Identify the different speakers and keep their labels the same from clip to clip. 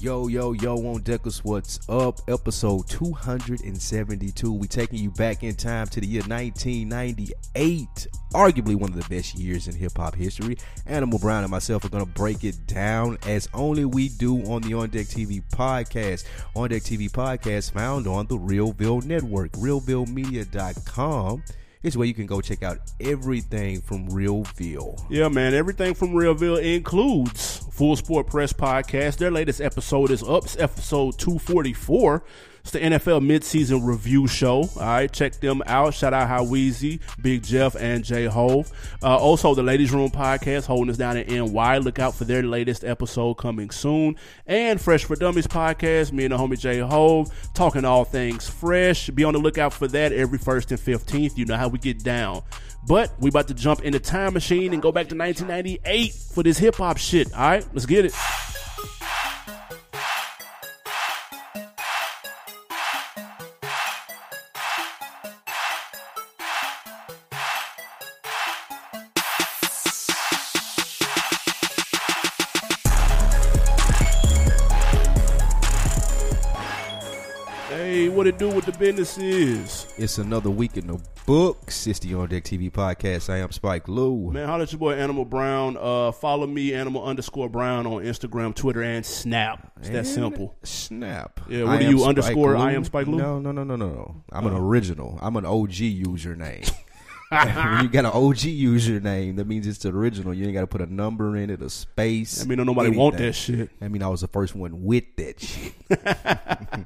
Speaker 1: Yo, yo, yo, on Deckers, what's up? Episode 272. We taking you back in time to the year 1998, arguably one of the best years in hip hop history. Animal Brown and myself are going to break it down as only we do on the On Deck TV podcast. On Deck TV podcast found on the Realville Network, realvillemedia.com. It's where you can go check out everything from Realville.
Speaker 2: Yeah, man. Everything from Realville includes Full Sport Press Podcast. Their latest episode is up. It's episode 244. It's the NFL midseason review show. All right, check them out. Shout out How Weezy, Big Jeff, and Jay Hove. Uh, also, the Ladies Room podcast holding us down in NY. Look out for their latest episode coming soon. And Fresh for Dummies podcast. Me and the homie Jay Hove talking all things fresh. Be on the lookout for that every first and fifteenth. You know how we get down. But we about to jump in the time machine and go back to 1998 for this hip hop shit. All right, let's get it. Hey, what it do with the business is?
Speaker 1: It's another week in the books. It's the On Deck TV podcast. I am Spike Lou.
Speaker 2: Man, holla at your boy Animal Brown. Uh, follow me, Animal underscore Brown on Instagram, Twitter, and Snap. It's that
Speaker 1: And
Speaker 2: simple.
Speaker 1: Snap.
Speaker 2: Yeah, what
Speaker 1: I
Speaker 2: do
Speaker 1: am
Speaker 2: you
Speaker 1: Spike
Speaker 2: underscore
Speaker 1: Lou?
Speaker 2: I am Spike Oh. Lou?
Speaker 1: No, no, no, no, no, no. I'm an original. I'm an OG username. when you got an OG username, that means it's the original. You ain't got to put a number in it, a space.
Speaker 2: I mean, don't nobody want
Speaker 1: anything.
Speaker 2: that shit.
Speaker 1: I mean, I was the first one with that shit.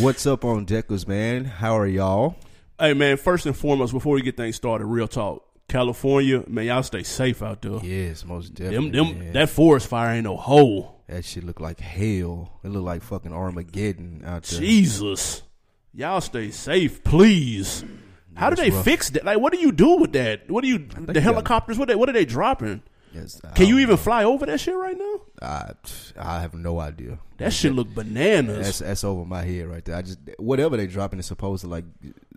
Speaker 1: What's up on Deckers, man? How are y'all?
Speaker 2: Hey, man, first and foremost, before we get things started, real talk. California, man, y'all stay safe out there.
Speaker 1: Yes, most
Speaker 2: Them,
Speaker 1: definitely.
Speaker 2: them, That forest fire ain't no hole.
Speaker 1: That shit look like hell. It look like fucking Armageddon out there.
Speaker 2: Jesus. Y'all stay safe, please. How do they fix that? Like, what do you do with that? What do you, the
Speaker 1: you
Speaker 2: helicopters, what, they, what are they dropping?
Speaker 1: Yes, I-
Speaker 2: Can you even fly over that shit right now?
Speaker 1: Um, I, I have no idea.
Speaker 2: That shit look bananas.
Speaker 1: That's that's over my head right there. I just whatever they dropping is supposed to like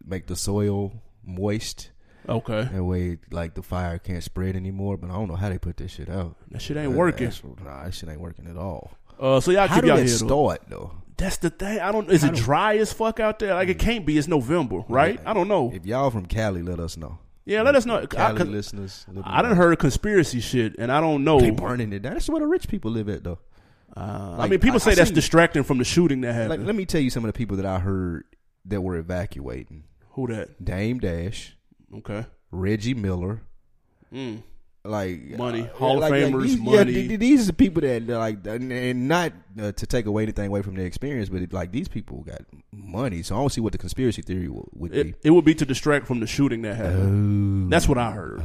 Speaker 1: make the soil moist
Speaker 2: okay.
Speaker 1: that way like the fire can't spread anymore. But I don't know how they put this shit out.
Speaker 2: That shit ain't working.
Speaker 1: That's- nah, that shit ain't working at all.
Speaker 2: Uh, so y'all
Speaker 1: How
Speaker 2: keep
Speaker 1: did
Speaker 2: y'all
Speaker 1: that
Speaker 2: head up.
Speaker 1: start though?
Speaker 2: That's the thing. I don't. Is it dry as fuck out there?
Speaker 1: Mm.
Speaker 2: Like it can't be. It's November, right? I don't know.
Speaker 1: If y'all from Cali, let us know.
Speaker 2: Yeah, let us know. I,
Speaker 1: Cali
Speaker 2: cause
Speaker 1: listeners, let me
Speaker 2: I done
Speaker 1: know.
Speaker 2: heard conspiracy shit, and I don't know.
Speaker 1: they burning it down. That's where the rich people live at though.
Speaker 2: Uh, I
Speaker 1: like,
Speaker 2: mean, people
Speaker 1: I-
Speaker 2: say
Speaker 1: I
Speaker 2: that's
Speaker 1: seen-
Speaker 2: distracting from the shooting that
Speaker 1: Like,
Speaker 2: happened.
Speaker 1: let me tell you some of the people that I heard that were evacuating:
Speaker 2: Who that?
Speaker 1: Dame Dash,
Speaker 2: Okay.
Speaker 1: Reggie Miller,
Speaker 2: Mm.
Speaker 1: like
Speaker 2: Money.
Speaker 1: uh,
Speaker 2: Hall of Famers,
Speaker 1: these,
Speaker 2: money.
Speaker 1: th- th- these are people that that, like, and- and not uh, to take away anything away from their experience, but it, like these people got money, so I don't see what the conspiracy theory w- would be.
Speaker 2: It, it would be to distract from the shooting that happened.
Speaker 1: Um,
Speaker 2: That's what I heard.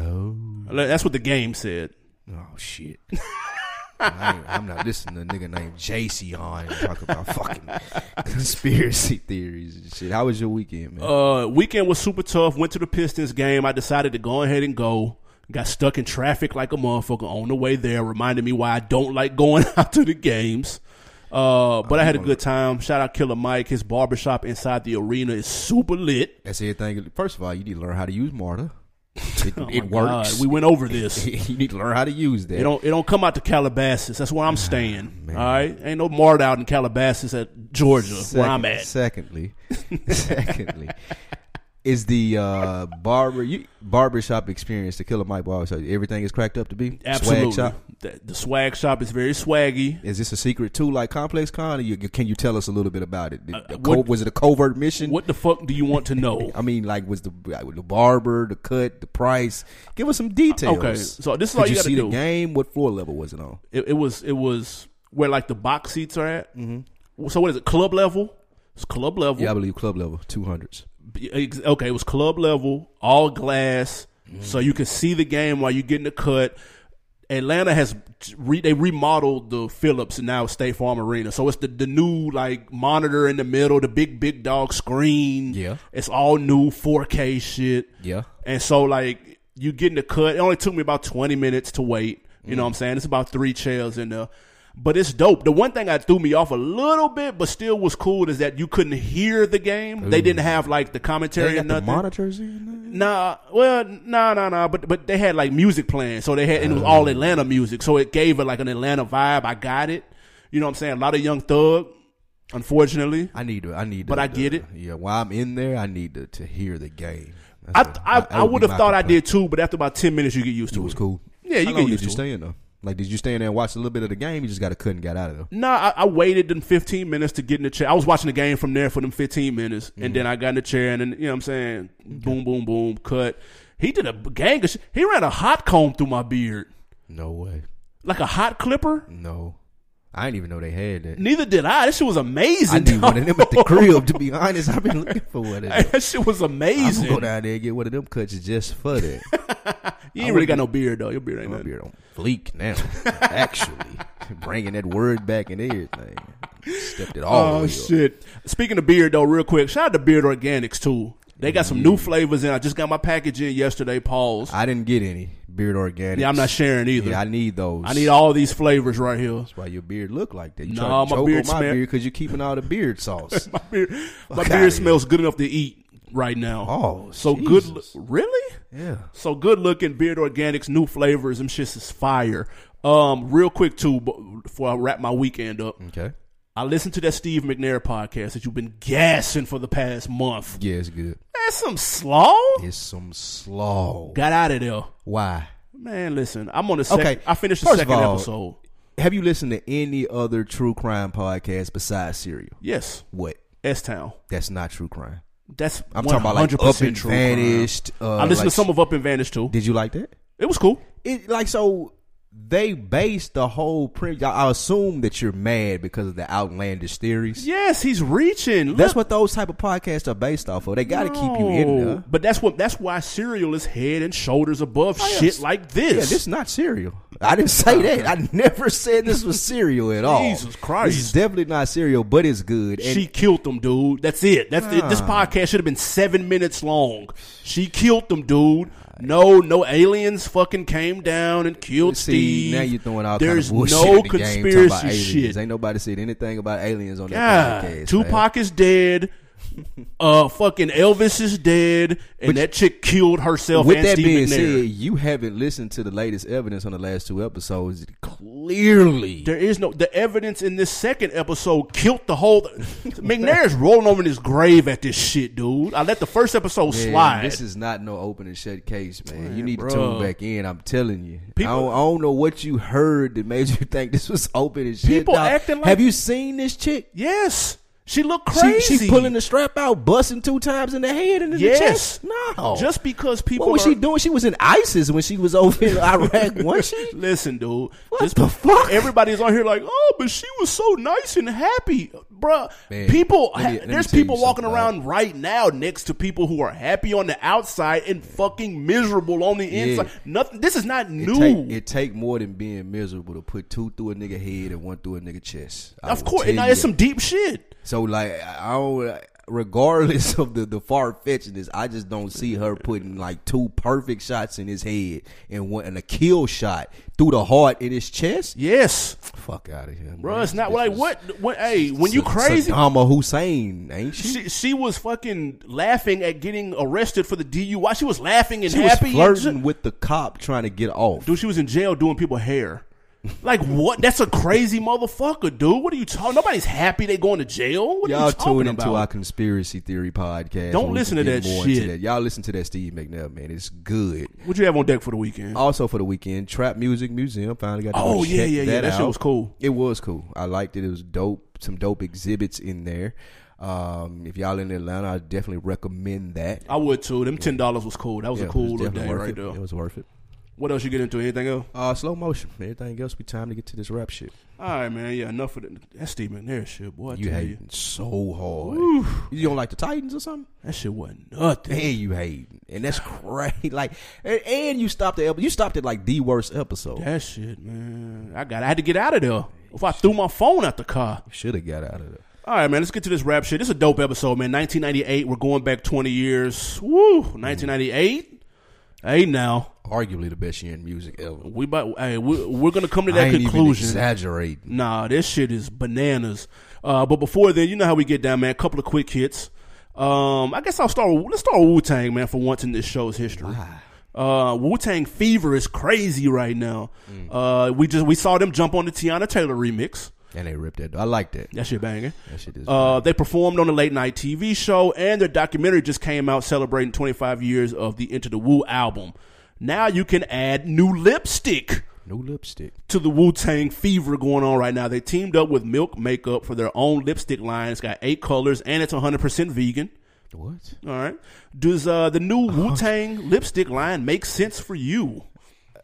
Speaker 2: Like, That's what the game said.
Speaker 1: Oh shit. I ain't, I'm not listening to a nigga named JC on talk about fucking conspiracy theories and shit. How was your weekend, man?
Speaker 2: Uh, weekend was super tough. Went to the Pistons game. I decided to go ahead and go. Got stuck in traffic like a motherfucker on the way there. Reminded me why I don't like going out to the games. Uh, but I had a good time. Shout out Killer Mike. His barbershop inside the arena is super lit.
Speaker 1: That's everything. First of all, you need to learn how to use Marta. It, it
Speaker 2: Oh God,
Speaker 1: works.
Speaker 2: we went over this.
Speaker 1: you need to learn how to use that.
Speaker 2: It don't it don't come out to Calabasas. That's where I'm staying. all right, ain't no mart out in Calabasas at Georgia where I'm at.
Speaker 1: Secondly, secondly, is the uh, barber you, barbershop experience the Killer Mike Barbershop? Everything is cracked up to be
Speaker 2: Absolutely,
Speaker 1: Swag shop?
Speaker 2: The, the swag shop is very swaggy.
Speaker 1: Is this a secret too, like Complex Con? Or you, can you tell us a little bit about it? The- the
Speaker 2: Uh, what-
Speaker 1: co- was it a covert mission?
Speaker 2: What the fuck do you want to know?
Speaker 1: I mean, like, was the like, the barber, the cut, the price? Give us some details.
Speaker 2: Okay, so this is
Speaker 1: Did
Speaker 2: all you
Speaker 1: you
Speaker 2: gotta
Speaker 1: see
Speaker 2: do.
Speaker 1: the game? What floor level was it on?
Speaker 2: It, it was it was where like the box seats are at. Mm-hmm. So what is it? Club level. It's club level.
Speaker 1: Yeah, I believe club level, two hundreds.
Speaker 2: B- ex- Okay, it was club level, all glass, so you can see the game while you're getting a cut. Atlanta has re, they remodeled the Phillips and now State Farm Arena, so it's the, the new like monitor in the middle, the big big dog screen.
Speaker 1: Yeah.
Speaker 2: it's all new 4K shit.
Speaker 1: Yeah.
Speaker 2: And so like you getting the cut. It only took me about twenty minutes to wait. You know what I'm
Speaker 1: Mm.
Speaker 2: saying? It's about three chairs in there. But it's dope. The one thing that threw me off a little bit, but still was cool, is that you couldn't hear the game. They didn't have like the commentary
Speaker 1: They
Speaker 2: and
Speaker 1: got the
Speaker 2: nothing.
Speaker 1: monitors in.
Speaker 2: Nah, well, nah, nah, nah. But but they had
Speaker 1: Oh.
Speaker 2: like music playing, so they had and it was all Atlanta music, so it gave it like an Atlanta vibe. I got it. You know what I'm saying? A lot of Young Thug, unfortunately.
Speaker 1: I need to. I need.
Speaker 2: But
Speaker 1: to,
Speaker 2: I get
Speaker 1: to-
Speaker 2: it.
Speaker 1: Yeah, while I'm in there, I need to, to hear the game.
Speaker 2: I
Speaker 1: That's it.
Speaker 2: I,
Speaker 1: That
Speaker 2: I would
Speaker 1: be
Speaker 2: have
Speaker 1: my
Speaker 2: thought I
Speaker 1: complaint.
Speaker 2: did too, but after about ten minutes, you get used to
Speaker 1: It
Speaker 2: it.
Speaker 1: was cool.
Speaker 2: Yeah, you
Speaker 1: How
Speaker 2: get
Speaker 1: long
Speaker 2: used
Speaker 1: did you
Speaker 2: to
Speaker 1: stay in though? Like, did you stay in there and watch a little bit of the game? You just got to cut and got out of there.
Speaker 2: No, I, I waited them 15 minutes to get in the chair. I was watching the game from there for them 15 minutes,
Speaker 1: Mm-hmm.
Speaker 2: and then I got in the chair, and then, you know what I'm saying? Boom, boom, boom, cut. He did a gang of shit. He ran a hot comb through my beard,
Speaker 1: No way.
Speaker 2: like a hot clipper.
Speaker 1: No, I didn't even know they had that.
Speaker 2: Neither did I. This shit was amazing.
Speaker 1: I need one of them at the
Speaker 2: dog.
Speaker 1: crib. To be honest, I've been looking for one of them.
Speaker 2: that shit was
Speaker 1: I'm
Speaker 2: amazing.
Speaker 1: gonna go down there and get one of them cuts just for that.
Speaker 2: you ain't really got no beard, though. Your beard ain't
Speaker 1: My
Speaker 2: nothing.
Speaker 1: beard on fleek now. Actually, bringing that word back and everything. Stepped it all. the way
Speaker 2: Oh
Speaker 1: up.
Speaker 2: shit! Speaking of beard, though, real quick, shout out to Beard Organics too. They got some new flavors in. I just got my package in yesterday. Pause.
Speaker 1: Mm. I didn't get any beard organic.
Speaker 2: yeah, I'm not sharing either.
Speaker 1: Yeah, I
Speaker 2: I,
Speaker 1: need those.
Speaker 2: need all these flavors right here.
Speaker 1: That's why your beard look like that. You
Speaker 2: Nah,
Speaker 1: try to
Speaker 2: my
Speaker 1: choke
Speaker 2: beard
Speaker 1: on my
Speaker 2: smell-
Speaker 1: beard because you're keeping all the beard sauce.
Speaker 2: My beard, my
Speaker 1: outta
Speaker 2: beard
Speaker 1: here.
Speaker 2: smells good enough to eat right now.
Speaker 1: Oh,
Speaker 2: so good.
Speaker 1: Jesus.
Speaker 2: loo- Really?
Speaker 1: yeah.
Speaker 2: So good looking Beard Organics new flavors. Them shits is fire. Um, real quick too, bu- before I wrap my weekend up,
Speaker 1: Okay.
Speaker 2: I listened to that Steve McNair podcast that you've been gassing for the past month.
Speaker 1: Yeah, it's good.
Speaker 2: That's some slaw.
Speaker 1: It's some slaw.
Speaker 2: Got out of there.
Speaker 1: Why?
Speaker 2: Man, listen, I'm on the second.
Speaker 1: Okay,
Speaker 2: I finished the
Speaker 1: first of
Speaker 2: second
Speaker 1: all-
Speaker 2: episode.
Speaker 1: Have you listened to any other true crime podcast besides Serial?
Speaker 2: Yes,
Speaker 1: What?
Speaker 2: S Town.
Speaker 1: That's not true crime.
Speaker 2: That's
Speaker 1: I'm talking about like up and
Speaker 2: true. crime.
Speaker 1: vanished. Uh,
Speaker 2: I listened
Speaker 1: like-
Speaker 2: to some of Up and Vanished too.
Speaker 1: Did you like that?
Speaker 2: It was cool.
Speaker 1: It like so they based the whole premise. I I assume that you're mad because of the outlandish theories.
Speaker 2: Yes, he's reaching. Look,
Speaker 1: That's what those type of podcasts are based off of. They got to keep you in
Speaker 2: no.
Speaker 1: there.
Speaker 2: But that's what that's why cereal is head and shoulders above
Speaker 1: Oh, yeah.
Speaker 2: shit like this.
Speaker 1: Yeah, this is not cereal. I didn't say that. I never said this was cereal at all.
Speaker 2: Jesus Christ.
Speaker 1: This is definitely not cereal, but it's good. And
Speaker 2: she killed them, dude. That's it. That's it. This podcast should have been seven minutes long. She killed them, dude. No, no aliens fucking came down and killed
Speaker 1: see,
Speaker 2: Steve.
Speaker 1: now you're throwing out
Speaker 2: There's
Speaker 1: kind of bullshit
Speaker 2: no
Speaker 1: in the game, talking about
Speaker 2: conspiracy
Speaker 1: aliens.
Speaker 2: shit.
Speaker 1: Ain't nobody said anything about aliens on
Speaker 2: Yeah,
Speaker 1: that podcast. man.
Speaker 2: Tupac is dead. uh, fucking Elvis is dead, and that chick killed herself.
Speaker 1: With
Speaker 2: and
Speaker 1: that
Speaker 2: Steve
Speaker 1: being
Speaker 2: McNair.
Speaker 1: said, you haven't listened to the latest evidence on the last two episodes. Clearly,
Speaker 2: There is no the evidence in this second episode killed the whole. McNair's rolling over in his grave at this shit, dude. I let the first episode
Speaker 1: Man,
Speaker 2: slide.
Speaker 1: This is not no open and shut case, man. you need
Speaker 2: bruh.
Speaker 1: to tune back in. I'm telling you.
Speaker 2: People-
Speaker 1: I, don't, I don't know what you heard that made you think this was open and shut.
Speaker 2: People
Speaker 1: dog.
Speaker 2: acting like-
Speaker 1: Have you seen this chick?
Speaker 2: yes, she looked
Speaker 1: She,
Speaker 2: crazy.
Speaker 1: she's pulling the strap out, busting two times in the head and in
Speaker 2: Yes.
Speaker 1: the chest. No,
Speaker 2: just because people.
Speaker 1: what was
Speaker 2: are,
Speaker 1: she doing? She was in ISIS when she was over in Iraq, was she?
Speaker 2: Listen, dude.
Speaker 1: What the fuck?
Speaker 2: Everybody's on here like, oh, but she was so nice and happy, bruh.
Speaker 1: Man,
Speaker 2: people,
Speaker 1: let me-
Speaker 2: ha-
Speaker 1: let me
Speaker 2: there's
Speaker 1: tell you
Speaker 2: people walking
Speaker 1: something,
Speaker 2: around right now next to people who are happy on the outside and fucking miserable on the inside. Nothing. This is not
Speaker 1: It
Speaker 2: new.
Speaker 1: Take, it take more than being miserable to put two through a nigga head and one through a nigga chest. I
Speaker 2: of
Speaker 1: will
Speaker 2: course,
Speaker 1: tell
Speaker 2: and now
Speaker 1: you
Speaker 2: it's
Speaker 1: that.
Speaker 2: some deep shit.
Speaker 1: So like I don't. Regardless of the the far fetchedness, I just don't see her putting like two perfect shots in his head and one and a kill shot through the heart in his chest.
Speaker 2: Yes,
Speaker 1: Fuck out of here,
Speaker 2: bruh.
Speaker 1: man.
Speaker 2: It's not
Speaker 1: This
Speaker 2: like
Speaker 1: is
Speaker 2: what. What? Hey, when you
Speaker 1: Sa-
Speaker 2: crazy,
Speaker 1: Saddam Hussein, ain't she?
Speaker 2: she, she was fucking laughing at getting arrested for the DUI. She was laughing and
Speaker 1: She was
Speaker 2: happy. and
Speaker 1: flirting with the cop trying to get off.
Speaker 2: Dude, she was in jail doing people hair. Like what? That's a crazy motherfucker, dude. What are you talking? Nobody's happy they going to jail. What are
Speaker 1: Y'all
Speaker 2: you talking
Speaker 1: tune into
Speaker 2: about?
Speaker 1: our conspiracy theory podcast.
Speaker 2: Don't
Speaker 1: where we
Speaker 2: listen
Speaker 1: can
Speaker 2: to
Speaker 1: get
Speaker 2: that
Speaker 1: more into
Speaker 2: shit.
Speaker 1: that. Y'all listen to that Steve McNabb, man. It's good.
Speaker 2: what you have on deck for the weekend?
Speaker 1: Also for the weekend, Trap Music Museum finally got. To go
Speaker 2: oh yeah,
Speaker 1: check
Speaker 2: yeah, yeah.
Speaker 1: That,
Speaker 2: That
Speaker 1: out.
Speaker 2: shit was cool.
Speaker 1: It was cool. I liked it. It was dope. Some dope exhibits in there. Um, if y'all in Atlanta, I definitely recommend that.
Speaker 2: I would too. Them ten dollars was cool. That was
Speaker 1: Yeah,
Speaker 2: a
Speaker 1: it
Speaker 2: cool
Speaker 1: was
Speaker 2: little
Speaker 1: definitely
Speaker 2: day
Speaker 1: worth
Speaker 2: right
Speaker 1: it. It
Speaker 2: there.
Speaker 1: was worth it.
Speaker 2: What else you get into? Anything else?
Speaker 1: Uh, slow motion. Everything else, we time to get to this rap shit.
Speaker 2: All right, man. Yeah, enough of that. That Steve McNair shit, boy. I
Speaker 1: You
Speaker 2: tell you,
Speaker 1: hating so hard. You don't like the Titans or something?
Speaker 2: that shit wasn't nothing.
Speaker 1: And you hating, and that's crazy. Like, and, and you stopped the ep- you stopped at like the worst episode.
Speaker 2: That shit, man. I got. I had to get out of there. If I threw my phone out the car.
Speaker 1: Should have got out of there.
Speaker 2: All right, man. Let's get to this rap shit. This is a dope episode, man. 1998. We're going back 20 years. Woo! 1998. Hey, now
Speaker 1: Arguably the best year in music ever.
Speaker 2: we about. Hey, we, we're gonna come to
Speaker 1: I
Speaker 2: that
Speaker 1: ain't even
Speaker 2: conclusion.
Speaker 1: exaggerating.
Speaker 2: Nah, this shit is bananas. Uh, but before then, you know how we get down, man. A couple of quick hits. Um, I guess I'll start. With, let's start with Wu Tang, man. For once in this show's history, uh, Wu Tang fever is crazy right now. Uh, we just we saw them jump on the Tiana Taylor remix.
Speaker 1: And they ripped it. I like that.
Speaker 2: That shit banging.
Speaker 1: That shit is.
Speaker 2: Uh, they performed on a late night TV show, and their documentary just came out celebrating 25 years of the Into the Woo album. Now you can add new lipstick
Speaker 1: no lipstick.
Speaker 2: to the Wu Tang fever going on right now. They teamed up with Milk Makeup for their own lipstick line. It's got eight colors, and it's 100% vegan.
Speaker 1: What?
Speaker 2: All right. Does uh, the new Wu Tang lipstick line make sense for you?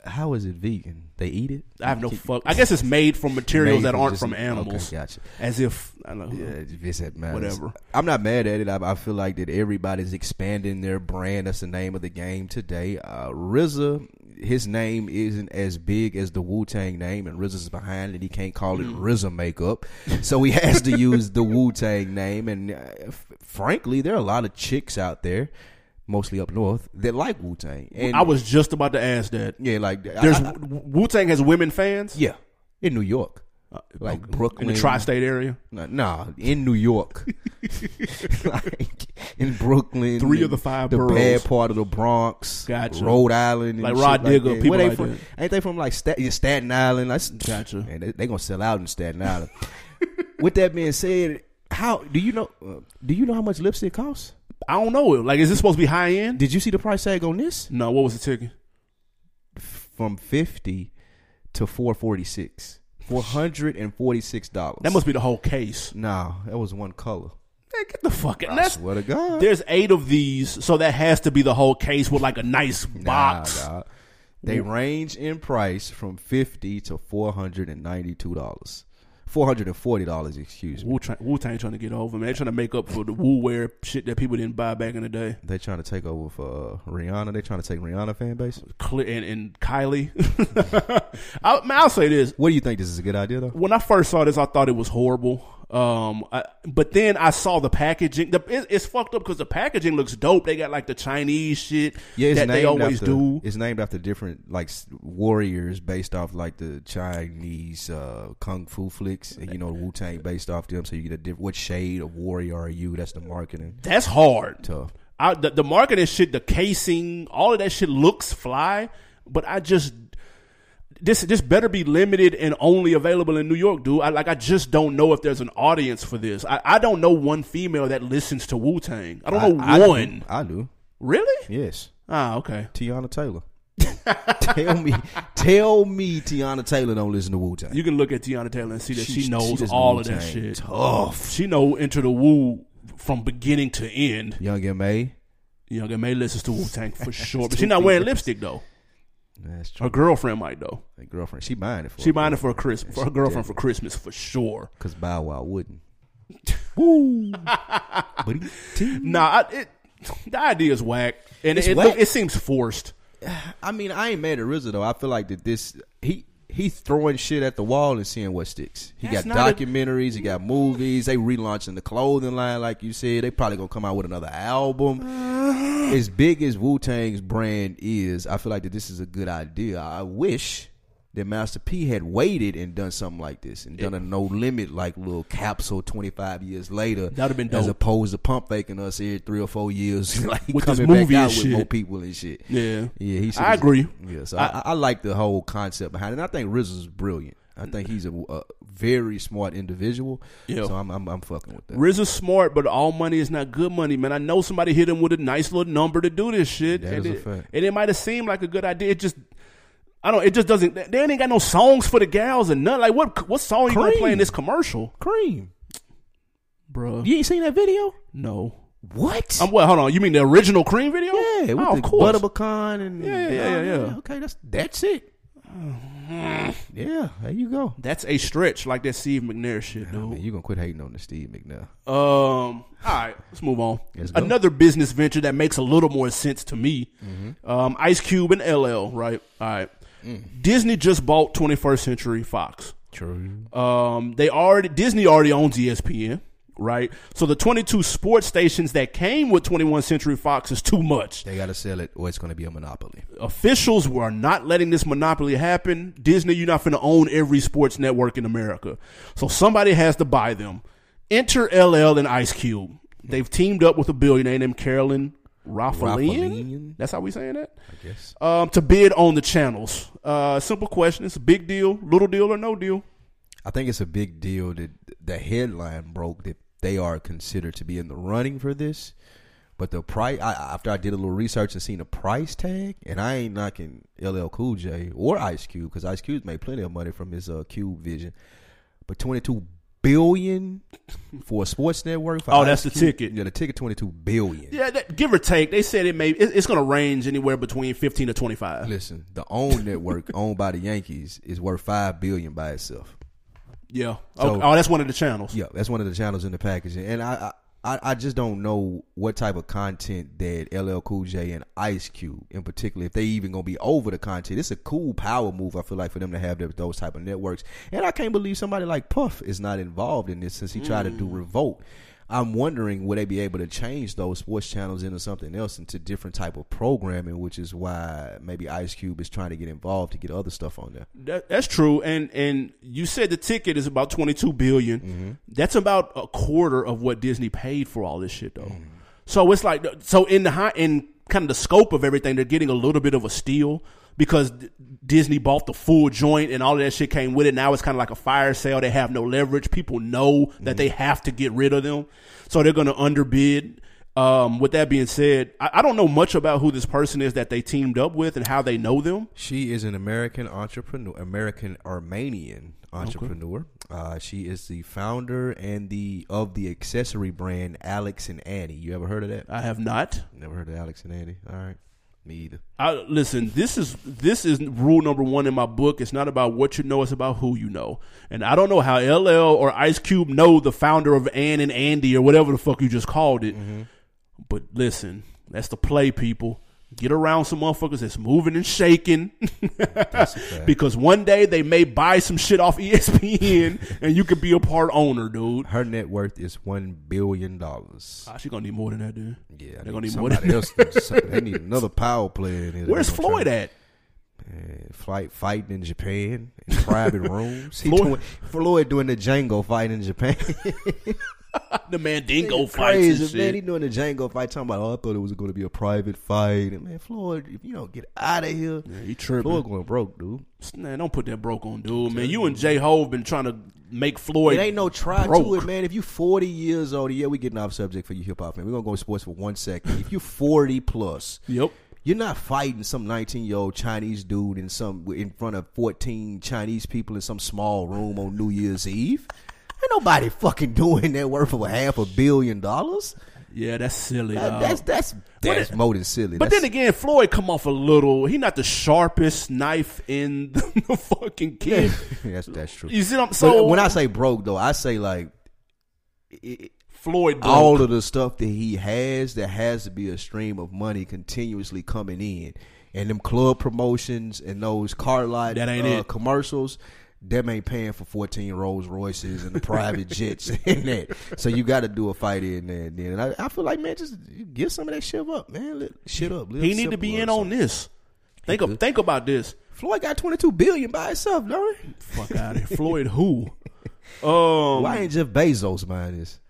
Speaker 1: How is it vegan? They eat it.
Speaker 2: I have no fuck. I guess it's made from materials
Speaker 1: Made
Speaker 2: that
Speaker 1: from
Speaker 2: aren't
Speaker 1: just-
Speaker 2: from animals.
Speaker 1: okay, gotcha.
Speaker 2: As if I don't know.
Speaker 1: Yeah, if it's that matters.
Speaker 2: Um, Whatever.
Speaker 1: I'm not mad at it. I, I feel like that everybody's expanding their brand. That's the name of the game today. Uh, RZA, his name isn't as big as the Wu Tang name, and RZA's behind it. He can't call it
Speaker 2: Mm.
Speaker 1: RZA makeup, so he has to use the Wu Tang name. And uh, f- frankly, there are a lot of chicks out there, mostly up north, that like Wu Tang. And
Speaker 2: I was just about to ask that.
Speaker 1: yeah, like I-
Speaker 2: There's
Speaker 1: I-
Speaker 2: Wu Tang has women fans.
Speaker 1: yeah in New York, like
Speaker 2: Uh, in
Speaker 1: Brooklyn,
Speaker 2: the tri-state area.
Speaker 1: No, nah, in New York, like in Brooklyn,
Speaker 2: Three of
Speaker 1: and
Speaker 2: the five
Speaker 1: the
Speaker 2: boroughs.
Speaker 1: bad part of the Bronx,
Speaker 2: Gotcha.
Speaker 1: Rhode Island, and
Speaker 2: Like
Speaker 1: shit
Speaker 2: Rod Digger,
Speaker 1: that.
Speaker 2: people
Speaker 1: Where they
Speaker 2: like
Speaker 1: from?
Speaker 2: that.
Speaker 1: Ain't they from like Stat- yeah, Staten Island? That's,
Speaker 2: Gotcha.
Speaker 1: Man, they, they gonna sell out in Staten Island. With that being said, how do you know? Uh, do you know how much lipstick costs?
Speaker 2: I don't know. Like, is this supposed to be high end?
Speaker 1: Did you see the price tag on this?
Speaker 2: No. What was the ticket?
Speaker 1: From fifty to four forty six, four hundred and forty six dollars.
Speaker 2: That must be the whole case.
Speaker 1: no, that was one color.
Speaker 2: Man, get the fuck out.
Speaker 1: I
Speaker 2: That's,
Speaker 1: swear to God.
Speaker 2: there's eight of these, so that has to be the whole case with like a nice box.
Speaker 1: Nah, dawg. They range in price from fifty to four hundred and ninety-two dollars, four hundred and forty dollars. Excuse me.
Speaker 2: Wu Tang trying to get over, man. They're trying to make up for the Wu wear shit that people didn't buy back in the day.
Speaker 1: They trying to take over for uh, Rihanna. They trying to take Rihanna fan base.
Speaker 2: Cl- And, and Kylie. I, man, I'll say this.
Speaker 1: What do you think? This is a good idea though.
Speaker 2: when I first saw this, I thought it was horrible. Um, I, but then I saw the packaging. The, it, it's fucked up because the packaging looks dope. They got like the Chinese shit
Speaker 1: Yeah, it's
Speaker 2: that
Speaker 1: named
Speaker 2: they always
Speaker 1: after,
Speaker 2: do.
Speaker 1: It's named after different like s- warriors based off like the Chinese uh, kung fu flicks, and you know Wu Tang based off them. So you get a different. What shade of warrior are you? That's the marketing.
Speaker 2: That's hard.
Speaker 1: Tough.
Speaker 2: I, the, the marketing shit, the casing, all of that shit looks fly. But I just this this better be limited and only available in New York, dude. I like I just don't know if there's an audience for this. I, I don't know one female that listens to Wu Tang. I don't know
Speaker 1: I- I do.
Speaker 2: one.
Speaker 1: I do.
Speaker 2: Really?
Speaker 1: Yes.
Speaker 2: Ah, okay.
Speaker 1: Tiana Taylor. tell me, tell me, Tiana Taylor don't listen to Wu Tang.
Speaker 2: You can look at Tiana Taylor and see that she,
Speaker 1: She-
Speaker 2: knows
Speaker 1: she does
Speaker 2: all of that
Speaker 1: Wu-Tang.
Speaker 2: shit.
Speaker 1: Tough.
Speaker 2: She know Enter the Woo from beginning to end.
Speaker 1: Young M A.
Speaker 2: Young and May listens to Wu Tang for sure, but she not wearing lipstick though.
Speaker 1: That's true.
Speaker 2: Her girlfriend might though.
Speaker 1: Her girlfriend, she buying it for
Speaker 2: Oh. She buying it for a Christmas for her girlfriend for Christmas for sure.
Speaker 1: because Bow Wow wouldn't.
Speaker 2: Woo.
Speaker 1: But he, T-
Speaker 2: Nah, I, it, the idea is whack, and
Speaker 1: It's
Speaker 2: it, it,
Speaker 1: whack.
Speaker 2: it seems forced.
Speaker 1: I mean, I ain't mad at RZA though. I feel like that this he he throwing shit at the wall and seeing what sticks. He
Speaker 2: That's
Speaker 1: got
Speaker 2: not a-
Speaker 1: documentaries, he got movies. They relaunching the clothing line, like you said. They probably gonna come out with another album.
Speaker 2: Uh-huh.
Speaker 1: as big as Wu Tang's brand is, I feel like that this is a good idea. I wish that Master P had waited and done something like this and done a no limit like little capsule twenty five years later.
Speaker 2: That'd've been
Speaker 1: as
Speaker 2: dope.
Speaker 1: opposed to pump faking us every three or four years, like
Speaker 2: With this
Speaker 1: coming back
Speaker 2: movie
Speaker 1: out
Speaker 2: and
Speaker 1: with more
Speaker 2: shit.
Speaker 1: people and shit.
Speaker 2: Yeah.
Speaker 1: Yeah, he said
Speaker 2: I
Speaker 1: it's-
Speaker 2: agree.
Speaker 1: Yeah, so I, I, I like the whole concept behind it. And I think RZA's brilliant. I think he's a, a very smart individual.
Speaker 2: Yeah.
Speaker 1: So I'm, I'm I'm fucking with that.
Speaker 2: RZA's smart, but all money is not good money, man. I know somebody hit him with a nice little number to do this shit,
Speaker 1: That
Speaker 2: and,
Speaker 1: is a
Speaker 2: it,
Speaker 1: fact.
Speaker 2: and it might have seemed like a good idea. It just, I don't. It just doesn't. They ain't got no songs for the gals and nothing. Like what? What song you gonna
Speaker 1: Cream.
Speaker 2: play in this commercial,
Speaker 1: Cream,
Speaker 2: bro?
Speaker 1: you ain't seen that video?
Speaker 2: No.
Speaker 1: What?
Speaker 2: I'm what? Hold on. You mean the original Cream video?
Speaker 1: yeah, with
Speaker 2: oh,
Speaker 1: the
Speaker 2: of course.
Speaker 1: butter pecan and
Speaker 2: Yeah, yeah, yeah, Mm-hmm. yeah.
Speaker 1: Okay, that's that's it. yeah, there you go.
Speaker 2: That's a stretch, like that Steve McNair shit, dude.
Speaker 1: Man, you gonna quit hating on the Steve McNair?
Speaker 2: Um. All right, let's move on.
Speaker 1: Let's go.
Speaker 2: Another business venture that makes a little more sense to me.
Speaker 1: Mm-hmm.
Speaker 2: Um, Ice Cube and LL. Right. All right.
Speaker 1: Mm.
Speaker 2: Disney just bought 21st Century Fox.
Speaker 1: True.
Speaker 2: Um, they already Disney already owns E ESPN. Right. So the 22 sports stations that came with 21st Century Fox is too much.
Speaker 1: They gotta sell it, or it's gonna be a monopoly.
Speaker 2: Officials were not letting this monopoly happen. Disney, you're not going to own every sports network in America. So somebody has to buy them. Enter LL and Ice Cube. They've teamed up with a billionaire named Carolyn Raffalian.
Speaker 1: Raffalian?
Speaker 2: That's how we saying that?
Speaker 1: I guess.
Speaker 2: Um, to bid on the channels. Uh, simple question. It's a big deal, little deal, or no deal.
Speaker 1: I think it's a big deal that the headline broke that they are considered to be in the running for this. But the price, I, after I did a little research and seen the price tag, and I ain't knocking LL Cool J or Ice Cube because Ice Cube's made plenty of money from his uh, Cube Vision, but twenty two billion for a sports network. For
Speaker 2: Oh,
Speaker 1: Ice
Speaker 2: that's the
Speaker 1: Cube-
Speaker 2: ticket.
Speaker 1: Yeah, the ticket twenty two billion.
Speaker 2: Yeah, that, give or take. They said it may. It, it's going to range anywhere between fifteen to twenty five.
Speaker 1: Listen, the own network owned by the Yankees is worth five billion by itself.
Speaker 2: Yeah.
Speaker 1: So-
Speaker 2: Okay. oh, that's one of the channels.
Speaker 1: Yeah, that's one of the channels in the package, and I, I, I just don't know what type of content that LL Cool J and Ice Cube, in particular, if they even gonna be over the content. It's a cool power move. I feel like for them to have th- those type of networks, and I can't believe somebody like Puff is not involved in this since he tried to do Revolt. I'm wondering would they be able to change those sports channels into something else, into different type of programming, which is why maybe Ice Cube is trying to get involved to get other stuff on there.
Speaker 2: That, that's true. And and you said the ticket is about twenty two That's about a quarter of what Disney paid for all this shit, though. So it's like so in the high in kind of the scope of everything, they're getting a little bit of a steal because D- Disney bought the full joint and all of that shit came with it. Now it's kind of like a fire sale. They have no leverage. People know that they have to get rid of them, so they're going to underbid. Um, with that being said, I, I don't know much about who this person is that they teamed up with and how they know them.
Speaker 1: She is an American entrepreneur, American Armenian entrepreneur. Uh, she is the founder and the of the accessory brand Alex and Annie. You ever heard of that?
Speaker 2: I have not.
Speaker 1: Never heard of Alex and Annie. All right, me either.
Speaker 2: I, listen, this is this is rule number one in my book. It's not about what you know; it's about who you know. And I don't know how LL or Ice Cube know the founder of Ann and Andy or whatever the fuck you just called it.
Speaker 1: Mm-hmm.
Speaker 2: But listen, that's the play, people. Get around some motherfuckers that's moving and shaking, because one day they may buy some shit off E ESPN, and you could be a part owner, dude.
Speaker 1: Her net worth is one billion dollars.
Speaker 2: Ah, she gonna need more than that, dude.
Speaker 1: Yeah,
Speaker 2: They're gonna need more
Speaker 1: somebody
Speaker 2: than
Speaker 1: else. They need another power player. In here that
Speaker 2: Where's
Speaker 1: they gonna
Speaker 2: Floyd
Speaker 1: try-
Speaker 2: at?
Speaker 1: Man, Flight fighting in Japan in private rooms. He
Speaker 2: Floyd-
Speaker 1: doing, Floyd doing the Django fight in Japan.
Speaker 2: The Mandingo
Speaker 1: It's
Speaker 2: fights and
Speaker 1: crazy, man. He
Speaker 2: shit.
Speaker 1: doing the Django fight, talking about, oh, I thought it was going to be a private fight. And man, Floyd, if you don't get out of here,
Speaker 2: Yeah, he tripping.
Speaker 1: Floyd going broke, dude.
Speaker 2: Man, don't put that broke on dude, man. You and J Ho been trying to make Floyd.
Speaker 1: It ain't no try to
Speaker 2: broke.
Speaker 1: it, man. If you 40 years old, yeah, we getting off subject for you hip hop, man. We're going to go to sports for one second. If you 40 plus,
Speaker 2: Yep.
Speaker 1: you're not fighting some 19 year old Chinese dude in some in front of 14 Chinese people in some small room on New Year's Eve. Ain't nobody fucking doing that worth of a half a billion dollars.
Speaker 2: Yeah, that's silly.
Speaker 1: That-
Speaker 2: dog.
Speaker 1: that's that's that's more than silly.
Speaker 2: but
Speaker 1: That's-
Speaker 2: then again, Floyd come off a little. He not the sharpest knife in the fucking kid.
Speaker 1: that's that's true.
Speaker 2: You see what I'm
Speaker 1: So
Speaker 2: so
Speaker 1: when I say broke though, I say like it,
Speaker 2: Floyd broke.
Speaker 1: all of the stuff that he has, there has to be a stream of money continuously coming in, and them club promotions and those car lot
Speaker 2: That ain't
Speaker 1: uh,
Speaker 2: it.
Speaker 1: commercials. Them ain't paying for fourteen Rolls Royces and the private jets and that. So you got to do a fight in there. And then and I, I feel like man, just get some of that shit up, man. Let, shit up. Live
Speaker 2: he need to be
Speaker 1: simple or
Speaker 2: in
Speaker 1: something.
Speaker 2: on this. Think of, think about this.
Speaker 1: Floyd got twenty two billion by himself, don't he?
Speaker 2: Fuck out of here, Floyd. Who? Um,
Speaker 1: Why ain't Jeff Bezos buying this?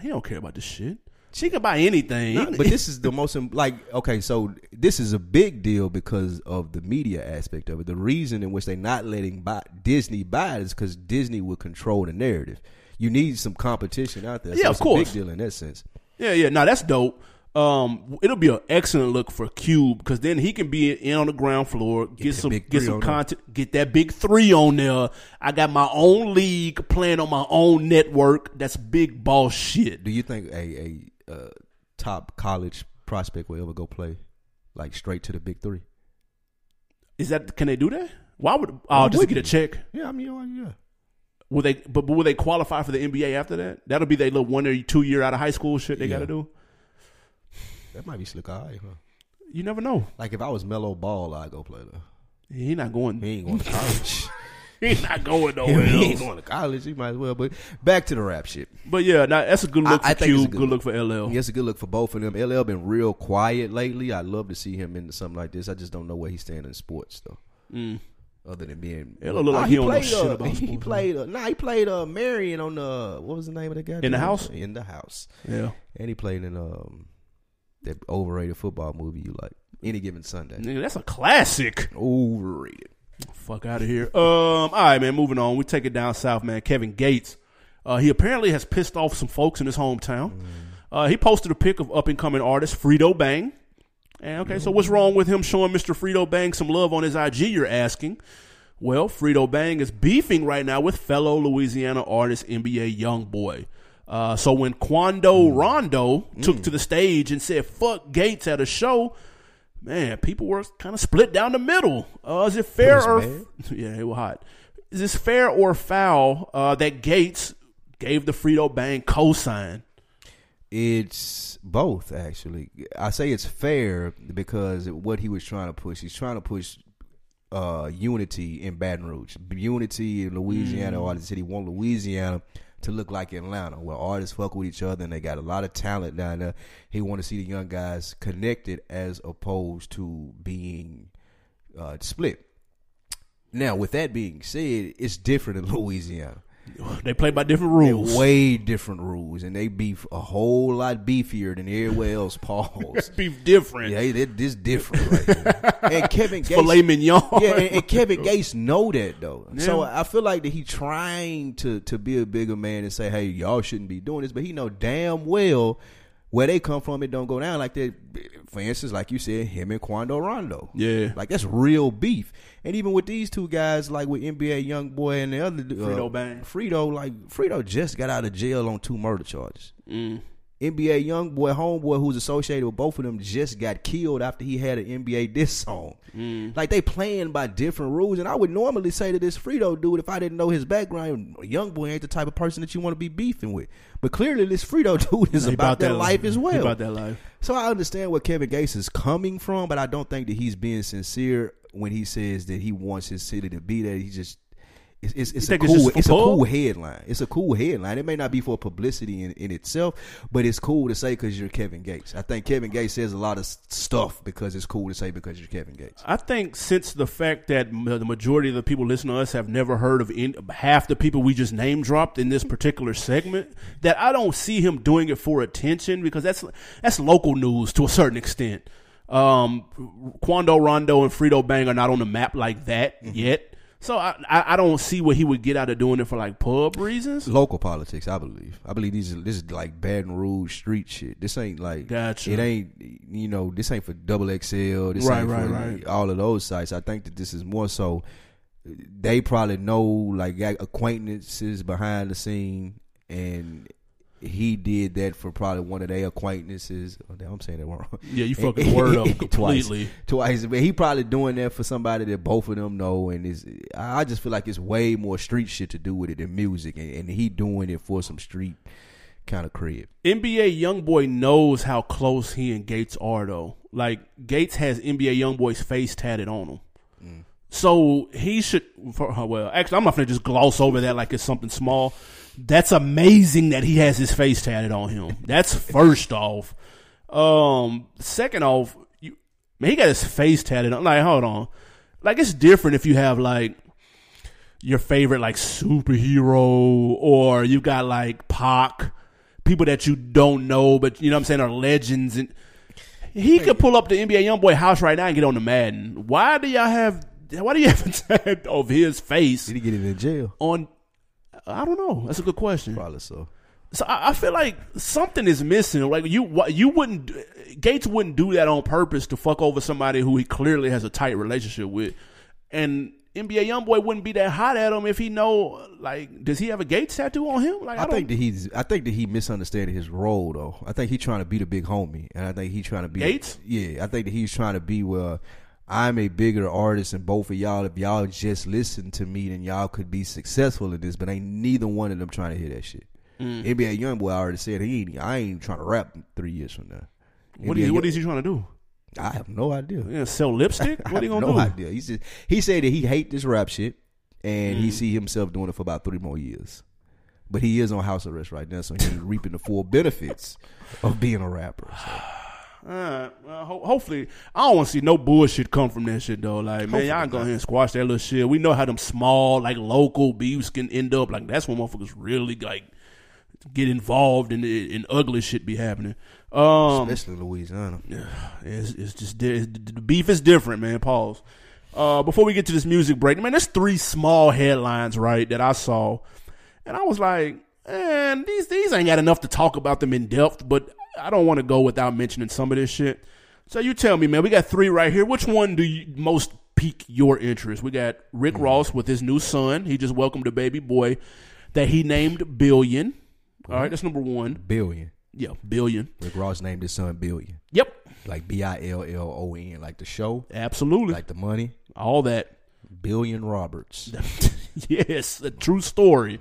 Speaker 2: he don't care about this shit. She can buy anything.
Speaker 1: but this is the most im- like okay so this is a big deal because of the media aspect of it the reason in which they're not letting buy, disney buy it is because disney will control the narrative you need some competition out there so
Speaker 2: Yeah, of
Speaker 1: it's
Speaker 2: course.
Speaker 1: a big deal in that sense
Speaker 2: Yeah, yeah. No, that's dope. Um, it'll be an excellent look for Cube because then he can be in on the ground floor, get,
Speaker 1: that
Speaker 2: some
Speaker 1: big
Speaker 2: get
Speaker 1: three
Speaker 2: some
Speaker 1: on there.
Speaker 2: content, get that big three on there. I got my own league playing on my own network. That's big ball shit.
Speaker 1: do you think a, a uh, top college prospect will ever go play like straight to the big three
Speaker 2: Is that can they do that? Why would I'll just to get a
Speaker 1: wouldn't
Speaker 2: check?
Speaker 1: yeah i mean yeah, yeah
Speaker 2: Will they? But, but will they qualify for the NBA after that? That'll be their little one or two year out of high school shit they got to
Speaker 1: Yeah.
Speaker 2: do.
Speaker 1: that might be slick all right huh?
Speaker 2: You never know.
Speaker 1: like if i was mellow ball i'd go play though
Speaker 2: He not going.
Speaker 1: he ain't going to college
Speaker 2: He not going
Speaker 1: Hell,
Speaker 2: nowhere.
Speaker 1: he ain't
Speaker 2: else.
Speaker 1: going to college he might as well but back to the rap shit
Speaker 2: But yeah, nah, that's a good look
Speaker 1: I- I
Speaker 2: for
Speaker 1: think it's a
Speaker 2: Cube.
Speaker 1: good
Speaker 2: Good, look for LL.
Speaker 1: Yeah, it's a good look for both of them. LL been real quiet lately. I love to see him into something like this. I just don't know where he stand in sports though. Other than being
Speaker 2: LL look
Speaker 1: Oh,
Speaker 2: like he don't know shit
Speaker 1: uh,
Speaker 2: about
Speaker 1: He
Speaker 2: sports,
Speaker 1: played uh, nah, he played uh Marion on uh what was the name of the guy?
Speaker 2: In the House?
Speaker 1: In the house.
Speaker 2: Yeah.
Speaker 1: And he played in um that overrated football movie you like. Any given Sunday.
Speaker 2: Nigga, that's a classic.
Speaker 1: Overrated.
Speaker 2: Fuck out of here. Um, all right, man. Moving on. We take it down south, man. Kevin Gates. Uh, he apparently has pissed off some folks in his hometown. Uh, he posted a pic of up and coming artist Frito Bang. And okay, so what's wrong with him showing Mr. Frito Bang some love on his IG? You're asking. Well, Frito Bang is beefing right now with fellow Louisiana artist NBA YoungBoy. Uh, so when
Speaker 1: Hmm.
Speaker 2: Quando Rondo took to the stage and said "fuck Gates" at a show, man, people were kind of split down the middle. Uh, is it fair
Speaker 1: was
Speaker 2: or
Speaker 1: mad.
Speaker 2: yeah, it was hot. Is this fair or foul uh, that Gates gave the Frito Bang cosign?
Speaker 1: It's both, actually. I say it's fair because what he was trying to push, he's trying to push uh, unity in Baton Rouge, unity in Louisiana, artists. He want Louisiana to look like Atlanta, where artists fuck with each other and they got a lot of talent down there. He want to see the young guys connected as opposed to being uh, split. Now, with that being said, it's different in Louisiana
Speaker 2: They play by different rules.
Speaker 1: way different rules, and they beef a whole lot beefier than everywhere else. Pause.
Speaker 2: be different.
Speaker 1: yeah, they, this different. Right here. and Kevin Gates,
Speaker 2: Filet mignon.
Speaker 1: yeah, and, and Kevin Gates know that though. So I feel like that he trying to to be a bigger man and say, hey, y'all shouldn't be doing this, but he know damn well. Where they come from, it don't go down like that. For instance, like you said, him and Quando Rondo.
Speaker 2: Yeah.
Speaker 1: like that's real beef. And even with these two guys, like with NBA Young Boy and the other dude, uh,
Speaker 2: Frito Bang.
Speaker 1: Frito, like Frito just got out of jail on two murder charges.
Speaker 2: Mm.
Speaker 1: NBA young boy, homeboy, who's associated with both of them, just got killed after he had an NBA diss song.
Speaker 2: Mm.
Speaker 1: Like they playing by different rules, and I would normally say to this Frito dude, if I didn't know his background, young boy ain't the type of person that you want to be beefing with. But clearly, this Frito dude is
Speaker 2: He
Speaker 1: about, that, life as
Speaker 2: he
Speaker 1: well.
Speaker 2: About that life.
Speaker 1: So I understand where Kevin Gates is coming from, but I don't think that he's being sincere when he says that he wants his city to be that. He just it's it's, it's a
Speaker 2: think it's
Speaker 1: cool
Speaker 2: just
Speaker 1: it's a
Speaker 2: for
Speaker 1: cool headline. It's a cool headline. It may not be for publicity in, in itself, but it's cool to say because you're Kevin Gates. I think Kevin Gates says a lot of s- stuff because it's cool to say because you're Kevin Gates.
Speaker 2: I think since the fact that m- the majority of the people listening to us have never heard of in, half the people we just name dropped in this particular segment, that I don't see him doing it for attention because that's that's local news to a certain extent. Um, Quando Rondo and Frito Bang are not on the map like that yet, so I, I I don't see what he would get out of doing it for like pub reasons.
Speaker 1: Local politics, I believe. I believe these are- this is like Baton Rouge street shit. This ain't like
Speaker 2: Gotcha.
Speaker 1: It ain't you know this ain't for double XL. This
Speaker 2: Right,
Speaker 1: ain't
Speaker 2: right,
Speaker 1: for
Speaker 2: right.
Speaker 1: all of those sites. I think that this is more so. They probably know like got acquaintances behind the scene, and he did that for probably one of their acquaintances. Oh, damn, I'm saying that wrong.
Speaker 2: Yeah, you fucking word up completely.
Speaker 1: Twice, twice. But he probably doing that for somebody that both of them know, and is I I just feel like it's way more street shit to do with it than music, and, and he doing it for some street kind of crib.
Speaker 2: NBA YoungBoy knows how close he and Gates are, though. Like Gates has NBA YoungBoy's face tatted on him, so he should. For, oh, well, actually, I'm not gonna just gloss over that like it's something small. That's amazing that he has his face tatted on him. That's first off. Um, second off, you, man, he got his face tatted on. Like, hold on, like it's different if you have like your favorite like superhero or you got like Pac, people that you don't know but you know what I'm saying are legends and he could pull up the NBA YoungBoy house right now and get on the Madden. Why do y'all have why do you have a tag of his face
Speaker 1: Did he get it in jail?
Speaker 2: on I don't know. That's a good question.
Speaker 1: Probably so.
Speaker 2: So I, I feel like something is missing. Like you, wh- you wouldn't Gates wouldn't do that on purpose to fuck over somebody who he clearly has a tight relationship with, and NBA YoungBoy wouldn't be that hot at him if he know like does he have a Gates tattoo on him? Like I,
Speaker 1: I
Speaker 2: don't.
Speaker 1: think that he's. I think that he misunderstood his role, though. I think he's trying to be the big homie, and I think he's trying to be
Speaker 2: Gates?
Speaker 1: Yeah, I think that he's trying to be well. I'm a bigger artist than both of y'all. If y'all just listen to me, then y'all could be successful in this. But ain't neither one of them trying to hear that shit.
Speaker 2: Mm.
Speaker 1: NBA YoungBoy already said he. Ain't, I ain't trying to rap in three years from now.
Speaker 2: what,
Speaker 1: NBA
Speaker 2: is, what
Speaker 1: Young-
Speaker 2: is he trying to do?
Speaker 1: I have no idea.
Speaker 2: Yeah, sell lipstick? What
Speaker 1: I
Speaker 2: are you
Speaker 1: have
Speaker 2: gonna
Speaker 1: no
Speaker 2: do?
Speaker 1: idea. He said he said that he hate this rap shit, and
Speaker 2: Mm.
Speaker 1: he see himself doing it for about three more years. But he is on house arrest right now, so he's reaping the full benefits of being a rapper. So,
Speaker 2: Uh, well, ho- hopefully, I don't want to see no bullshit come from that shit though. Like, man, y'all go ahead and squash that little shit. We know how them small, like local beefs can end up. Like, that's when motherfuckers really like get involved and and ugly shit be happening. Um,
Speaker 1: especially Louisiana.
Speaker 2: it's, it's just di- the beef is different, man. Pause. Uh, before we get to this music break, man, there's three small headlines right that I saw, and I was like, man, these these ain't got enough to talk about them in depth, but I don't want to go without mentioning some of this shit. So you tell me, man, we got three right here. Which one do you most pique your interest? We got Rick Ross with his new son. He just welcomed a baby boy that he named Billion. All right, that's number one.
Speaker 1: Billion.
Speaker 2: Yeah, Billion.
Speaker 1: Rick Ross named his son Billion.
Speaker 2: Yep,
Speaker 1: Like B I L L O N, like the show,
Speaker 2: absolutely.
Speaker 1: like the money.
Speaker 2: All that.
Speaker 1: Billion Roberts.
Speaker 2: yes, a true story.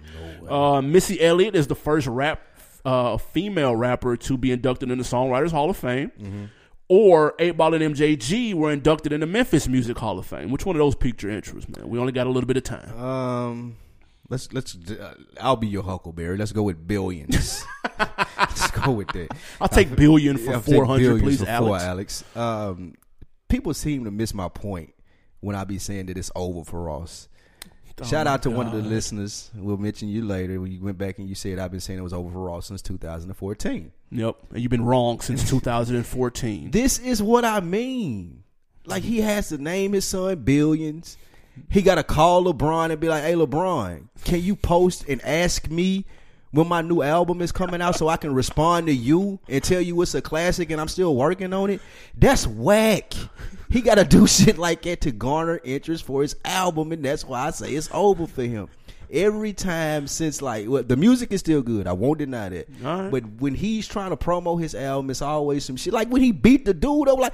Speaker 2: uh, Missy Elliott is the first rap uh, female rapper to be inducted in the Songwriters Hall of Fame.
Speaker 1: Mm-hmm.
Speaker 2: Or 8 Ball and MJG were inducted in the Memphis Music Hall of Fame. Which one of those piqued your interest, man? We only got a little bit of time.
Speaker 1: Um, let's let's. Uh, I'll be your Huckleberry. Let's go with billions. let's go with that.
Speaker 2: I'll take billion for
Speaker 1: I'll take
Speaker 2: 400,
Speaker 1: billions
Speaker 2: please,
Speaker 1: for
Speaker 2: Alex.
Speaker 1: Four, Alex. Um, people seem to miss my point when I be saying that it's over for Ross.
Speaker 2: Oh
Speaker 1: Shout out to one of the listeners. We'll mention you later. When you went back and you said I've been saying it was over for Ross since 2014.
Speaker 2: Yep. And you've been wrong since 2014.
Speaker 1: This is what I mean. Like he has to name his son billions. He got to call LeBron and be like, "Hey LeBron, can you post and ask me when my new album is coming out so I can respond to you and tell you it's a classic and I'm still working on it?" That's whack. He got to do shit like that to garner interest for his album and that's why I say it's over for him. Every time since like well, the music is still good, I won't deny that.
Speaker 2: All right.
Speaker 1: But when he's trying to promo his album, it's always some shit. Like when he beat the dude up, like,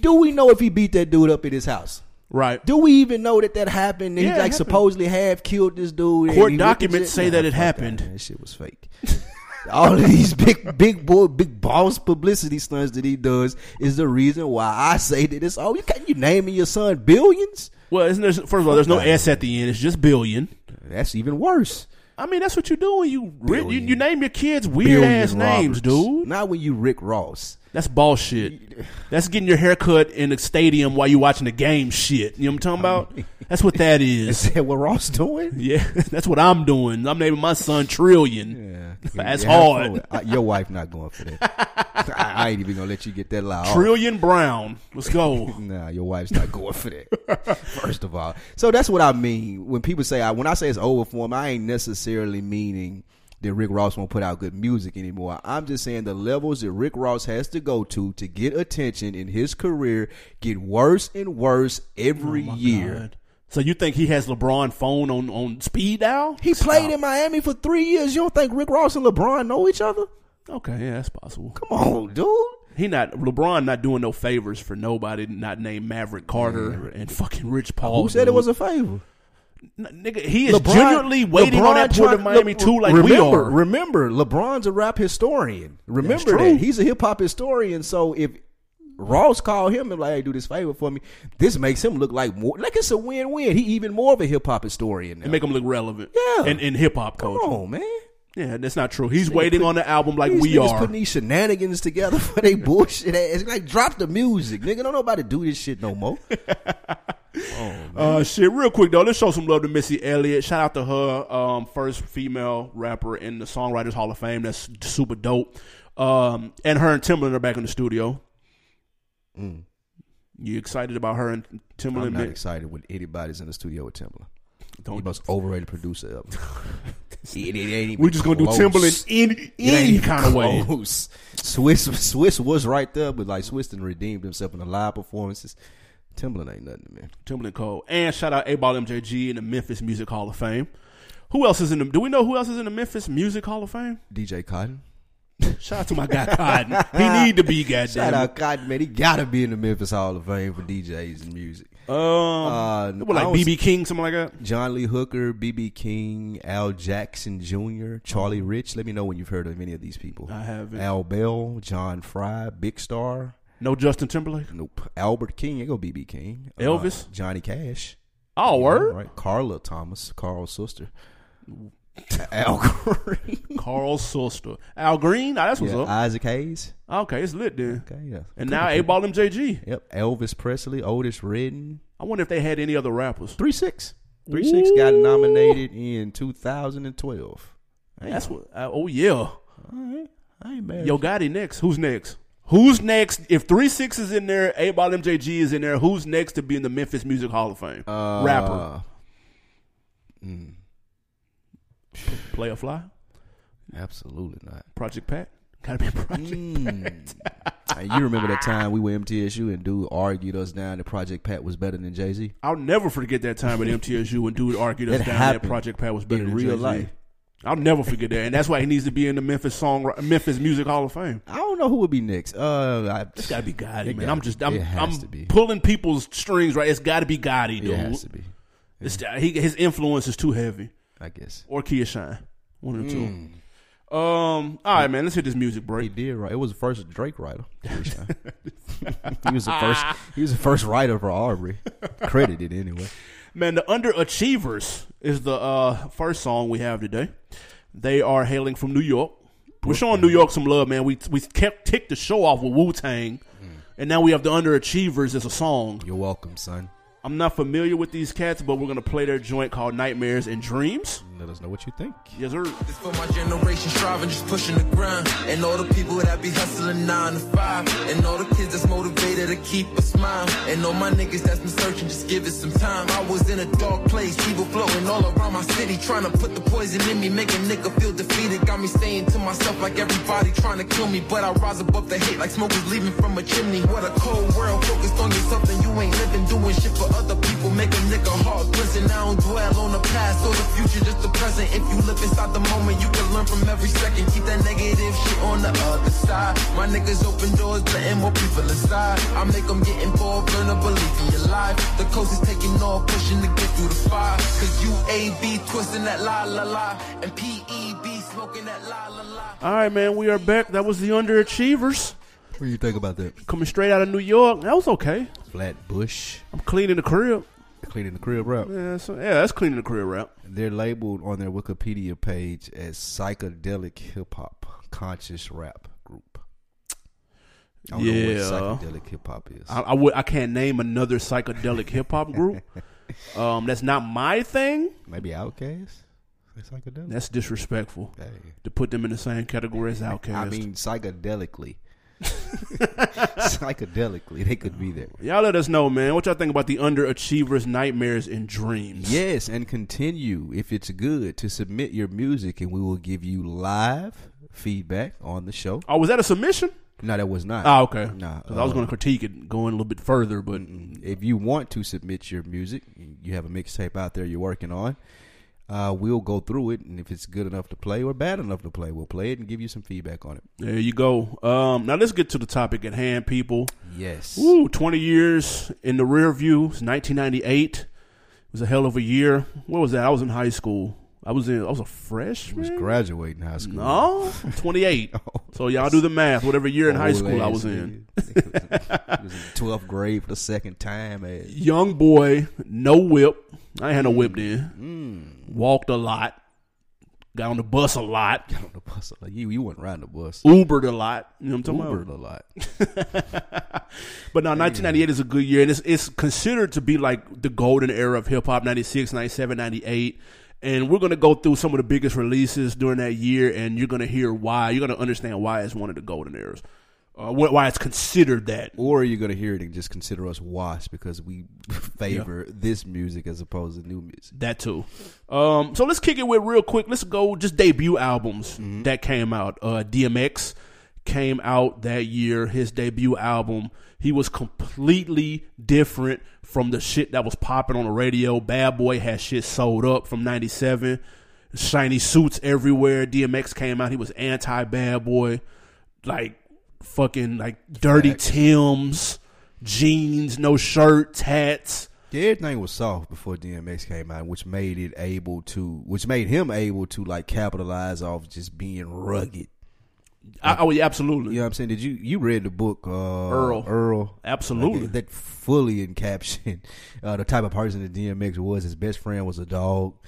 Speaker 1: do we know if he beat that dude up at his house?
Speaker 2: right.
Speaker 1: Do we even know that that happened? And
Speaker 2: Yeah,
Speaker 1: he
Speaker 2: it
Speaker 1: like
Speaker 2: happened.
Speaker 1: supposedly half killed this dude. and
Speaker 2: Court
Speaker 1: he looked at
Speaker 2: documents
Speaker 1: shit-
Speaker 2: say that it
Speaker 1: Oh, fuck that,
Speaker 2: happened.
Speaker 1: man. That shit was fake. All of these big, big boy, big boss publicity stunts that he does is the reason why I say that it's all. You can't you naming your son billions?
Speaker 2: Well, isn't there, first of all, there's no
Speaker 1: Okay.
Speaker 2: S at the end. It's just billion.
Speaker 1: That's even worse.
Speaker 2: I mean, that's what you do when you you,
Speaker 1: Billion.
Speaker 2: you name your kids weird
Speaker 1: Billion
Speaker 2: ass names,
Speaker 1: Roberts.
Speaker 2: dude.
Speaker 1: Not when you Rick Ross.
Speaker 2: That's ball shit. That's getting your haircut in the stadium while you watching the game shit. You know what I'm talking about? That's what that is.
Speaker 1: Is that what Ross doing?
Speaker 2: Yeah, that's what I'm doing. I'm naming my son Trillion.
Speaker 1: Yeah,
Speaker 2: That's
Speaker 1: Yeah, I'm
Speaker 2: hard.
Speaker 1: for it. I- your wife not going for that. I, I ain't even gonna let you get that loud.
Speaker 2: Trillion Brown. Let's go.
Speaker 1: Nah, your wife's not going for that. First of all, so that's what I mean when people say I, when I say it's over for him. I ain't necessarily meaning that Rick Ross won't put out good music anymore. I'm just saying the levels that Rick Ross has to go to to get attention in his career get worse and worse every year.
Speaker 2: Oh God. So you think he has LeBron phone on on speed dial?
Speaker 1: He played in Miami for three years. You don't think Rick Ross and LeBron know each other?
Speaker 2: Okay, yeah, that's possible.
Speaker 1: Come on, dude.
Speaker 2: He not LeBron not doing no favors for nobody. Not named Maverick Carter and fucking Rich Paul.
Speaker 1: Who said it
Speaker 2: Oh, dude.
Speaker 1: was a favor?
Speaker 2: N- nigga, he is genuinely waiting on that port of
Speaker 1: tried-
Speaker 2: Miami
Speaker 1: Le-
Speaker 2: too, like
Speaker 1: remember,
Speaker 2: we are.
Speaker 1: Remember, LeBron's a rap historian. Remember
Speaker 2: true.
Speaker 1: that he's a hip hop historian. So if Ross called him and like, hey, do this favor for me, this makes him look like more like it's a win win. He even more of a hip hop historian. Now.
Speaker 2: and make him look relevant.
Speaker 1: Yeah.
Speaker 2: in, in hip hop
Speaker 1: Come
Speaker 2: culture.
Speaker 1: on, man.
Speaker 2: Yeah, that's not true. He's waiting on the album like
Speaker 1: These
Speaker 2: we
Speaker 1: niggas
Speaker 2: are.
Speaker 1: putting these shenanigans together for they bullshit ass. Like, drop the music, nigga. Don't nobody do this shit no more.
Speaker 2: Uh, shit, real quick though, let's show some love to Missy Elliott. Shout out to her, um, first female rapper in the Songwriters Hall of Fame. That's super dope. Um, and her and Timbaland are back in the studio.
Speaker 1: Mm.
Speaker 2: You excited about her and Timbaland?
Speaker 1: I'm not
Speaker 2: man?
Speaker 1: excited when anybody's in the studio with Timbaland.
Speaker 2: Don't-
Speaker 1: He most overrated producer ever. It- it ain't even
Speaker 2: We're just gonna
Speaker 1: close.
Speaker 2: do Timbaland in
Speaker 1: It ain't
Speaker 2: any
Speaker 1: even
Speaker 2: kind of way.
Speaker 1: close. Swiss Swiss was right there, but like Swiss done redeemed himself in the live performances. Timberland ain't nothing, man.
Speaker 2: Timberland Cole. And shout out A Ball MJG in the Memphis Music Hall of Fame. Who else is in the do we know who else is in the Memphis Music Hall of Fame?
Speaker 1: DJ Cotton.
Speaker 2: Shout out to my guy Cotton. He need to be goddamn.
Speaker 1: Shout out Cotton, man. He gotta be in the Memphis Hall of Fame for DJs and music.
Speaker 2: Um
Speaker 1: Uh,
Speaker 2: what,
Speaker 1: I
Speaker 2: like
Speaker 1: was-
Speaker 2: BB King, something like that.
Speaker 1: John Lee Hooker, B.B. King, Al Jackson Jr., Charlie Rich. Let me know when you've heard of any of these people.
Speaker 2: I haven't.
Speaker 1: Al Bell, John Fry, Big Star.
Speaker 2: No Justin Timberlake.
Speaker 1: Nope. Albert King. Ain't gonna be B.B. King. Uh,
Speaker 2: Elvis?
Speaker 1: Johnny Cash.
Speaker 2: Oh word.
Speaker 1: Right. Carla Thomas, Carl's sister. Al Green.
Speaker 2: Carl Sulster. Al Green. Ah, that's what's
Speaker 1: Yeah,
Speaker 2: up.
Speaker 1: Isaac Hayes.
Speaker 2: okay, it's lit then.
Speaker 1: Okay, yeah.
Speaker 2: And now A Ball MJG.
Speaker 1: Yep. Elvis Presley, Otis Redden.
Speaker 2: I wonder if they had any other rappers.
Speaker 1: Three six. Three six got
Speaker 2: Ooh.
Speaker 1: nominated in two thousand and twelve.
Speaker 2: That's what uh, oh yeah.
Speaker 1: All right. I ain't mad.
Speaker 2: Yo Gotti next. Who's next? Who's next? If three six is in there, A Ball MJG is in there. Who's next to be in the Memphis Music Hall of Fame?
Speaker 1: Uh,
Speaker 2: Rapper,
Speaker 1: mm,
Speaker 2: Play a Fly,
Speaker 1: absolutely not.
Speaker 2: Project Pat. Gotta be Project.
Speaker 1: Mm. And you remember that time we were MTSU and dude argued us down that Project Pat was better than Jay Z
Speaker 2: I'll never forget that time at MTSU when dude argued us
Speaker 1: That
Speaker 2: down that
Speaker 1: happened
Speaker 2: Project Pat was better
Speaker 1: in
Speaker 2: than
Speaker 1: real
Speaker 2: Jay-Z.
Speaker 1: life.
Speaker 2: I'll never forget that, and that's why he needs to be in the Memphis Song Memphis Music Hall of Fame.
Speaker 1: I don't know who would be next. Uh, I,
Speaker 2: It's got to be Gotti, man.
Speaker 1: gotta
Speaker 2: I'm
Speaker 1: be.
Speaker 2: just I'm,
Speaker 1: It has to be.
Speaker 2: I'm pulling people's strings right. It's got to be Gotti, dude.
Speaker 1: it has to be.
Speaker 2: It's, he, his influence is too heavy,
Speaker 1: I guess
Speaker 2: or Kia Shine, one of the two. Um, all right, man. Let's hit this music
Speaker 1: Mm. he
Speaker 2: break.
Speaker 1: did right. It was the first Drake writer. he was the first. He was the first writer for Aubrey. Credited anyway.
Speaker 2: Man, the Underachievers is the uh, first song we have today. They are hailing from New York. We're showing New York some love, man. We we kept ticked the show off with Wu Tang, and now we have the Underachievers as a song.
Speaker 1: You're welcome, son.
Speaker 2: I'm not familiar with these cats, but we're gonna play their joint called Nightmares and Dreams.
Speaker 1: Let us know what you think.
Speaker 2: Yes, sir.
Speaker 3: This for my generation striving, just pushing the grind. And all the people that be hustling nine to five. And all the kids that's motivated to keep a smile. And all my niggas that's been searching, just give it some time. I was in a dark place, evil floating all around my city. Trying to put the poison in me, make a nigga feel defeated. Got me saying to myself like everybody trying to kill me. But I rise above the hate like smoke is leaving from a chimney. What a cold world, focused on yourself and you ain't living. Doing shit for other people, make a nigga heart prison. I don't dwell on the past or the future, just the present. If you live inside the moment, you can learn from every second. Keep that negative shit on the other side. My niggas open doors, letting more people inside. I make them get involved, learn to believe in your life. The coast is taking off, pushing to get through the fire. Cause you AB twisting that la la la. And PEB smoking that la la la.
Speaker 2: All right, man. We are back. That was the Underachievers
Speaker 1: What do you think about that?
Speaker 2: coming straight out of New York. That was okay.
Speaker 1: Flatbush
Speaker 2: I'm cleaning the crib.
Speaker 1: cleaning the crib rap.
Speaker 2: Yeah, so, yeah, that's cleaning the crib rap.
Speaker 1: They're labeled on their Wikipedia page as psychedelic hip hop conscious rap group. I don't
Speaker 2: Yeah.
Speaker 1: know what psychedelic hip hop is.
Speaker 2: I, I would I can't name another psychedelic hip hop group. Um, that's not my thing.
Speaker 1: Maybe Outkast. It's psychedelic.
Speaker 2: That's disrespectful
Speaker 1: Hey.
Speaker 2: to put them in the same category as Outkast.
Speaker 1: I mean psychedelically. psychedelically, they could be there.
Speaker 2: y'all let us know, man. What y'all think about the underachievers' nightmares and dreams?
Speaker 1: Yes, and continue if it's good to submit your music, and we will give you live feedback on the show.
Speaker 2: Oh, was that a submission?
Speaker 1: No, that was not.
Speaker 2: Oh, okay.
Speaker 1: Nah,
Speaker 2: 'Cause I was
Speaker 1: uh,
Speaker 2: going to critique it, going a little bit further, but
Speaker 1: If you want to submit your music, you have a mixtape out there you're working on. Uh, we'll go through it, and if it's good enough to play or bad enough to play, we'll play it and give you some feedback on it.
Speaker 2: there you go. Um, now let's get to the topic at hand, people.
Speaker 1: Yes,
Speaker 2: Woo, 20 years in the rear view. It's 1998. It was a hell of a year. What was that? I was in high school. I was in. I was a freshman.
Speaker 1: was graduating high school.
Speaker 2: No, I'm 28. so y'all do the math. Whatever year in high
Speaker 1: Old
Speaker 2: school I
Speaker 1: Oh. ass
Speaker 2: was in.
Speaker 1: nigga. He was in twelfth grade for the second time. As
Speaker 2: Young boy, no whip. I ain't had no
Speaker 1: Mm.
Speaker 2: whip then. Walked a lot. Got on the bus a lot.
Speaker 1: on the bus, like you, you went riding the bus.
Speaker 2: Ubered a lot. You know what I'm talking
Speaker 1: Ubered
Speaker 2: about?
Speaker 1: a lot.
Speaker 2: But now 1998 is a good year, and it's it's considered to be like the golden era of hip hop. 96, 97, 98. And we're gonna go through some of the biggest releases during that year, and you're gonna hear why. You're gonna understand why it's one of the golden eras, uh, wh- why it's considered that.
Speaker 1: Or you're gonna hear it and just consider us washed because we favor this music as opposed to new music.
Speaker 2: That too. Um, so let's kick it with real quick. Let's go just debut albums that came out. Uh, DMX came out that year. His debut album. He was completely different from the shit that was popping on the radio. Bad Boy had shit sold up from '97. Shiny suits everywhere. DMX came out. He was anti Bad Boy, like fucking like dirty Tims, jeans, no shirts, hats.
Speaker 1: Yeah, everything was soft before DMX came out, which made it able to, which made him able to like capitalize off just being rugged.
Speaker 2: I, oh yeah, absolutely.
Speaker 1: You know what I'm saying? Did you you read the book uh,
Speaker 2: Earl.
Speaker 1: Earl?
Speaker 2: Absolutely.
Speaker 1: Like, that fully encaptioned uh, the type of person that DMX was. His best friend was a dog.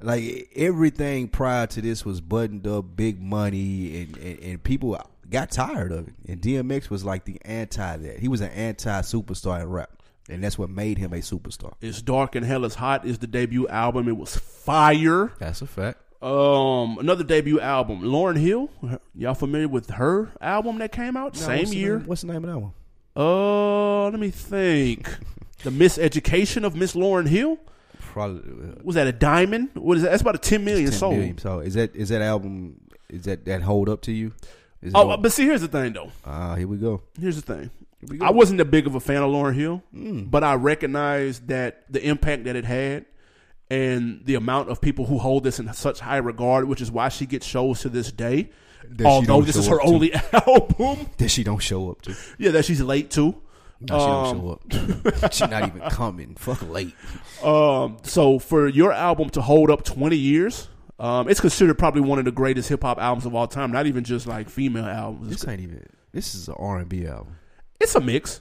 Speaker 1: Like everything prior to this was buttoned up, big money, and, and, and people got tired of it. And DMX was like the anti that. He was an anti superstar in rap, and that's what made him a superstar.
Speaker 2: It's Dark and Hell is Hot is the debut album. It was fire.
Speaker 1: That's a fact.
Speaker 2: Um, another debut album, Lauren Hill. Y'all familiar with her album that came out
Speaker 1: Now,
Speaker 2: same
Speaker 1: Oh, what's the
Speaker 2: year?
Speaker 1: name- what's the name of that one?
Speaker 2: Uh, let me think. the Miseducation of Miss Lauren Hill
Speaker 1: Probably uh,
Speaker 2: was that a diamond? What is that? That's about a ten million
Speaker 1: 10
Speaker 2: sold.
Speaker 1: million. So is that is that album is that that hold up to you? Is it
Speaker 2: Oh,
Speaker 1: hold-
Speaker 2: but see, here's the thing though.
Speaker 1: ah, here we go.
Speaker 2: Here's the thing.
Speaker 1: we go. Hmm.
Speaker 2: I wasn't that big of a fan of Lauren Hill, but I recognized that the impact that it had and the amount of people who hold this in such high regard, which is why she gets shows to this day.
Speaker 1: she
Speaker 2: Although
Speaker 1: don't
Speaker 2: this
Speaker 1: show
Speaker 2: is her
Speaker 1: up to.
Speaker 2: only album.
Speaker 1: That she don't show up to.
Speaker 2: Yeah, that she's late to.
Speaker 1: No, she don't show up. she not even coming. Fuck late.
Speaker 2: Um, so for your album to hold up 20 years, um, it's considered probably one of the greatest hip hop albums of all time. Not even just like female albums. It's,
Speaker 1: This ain't even. This is an R and B album.
Speaker 2: it's a mix.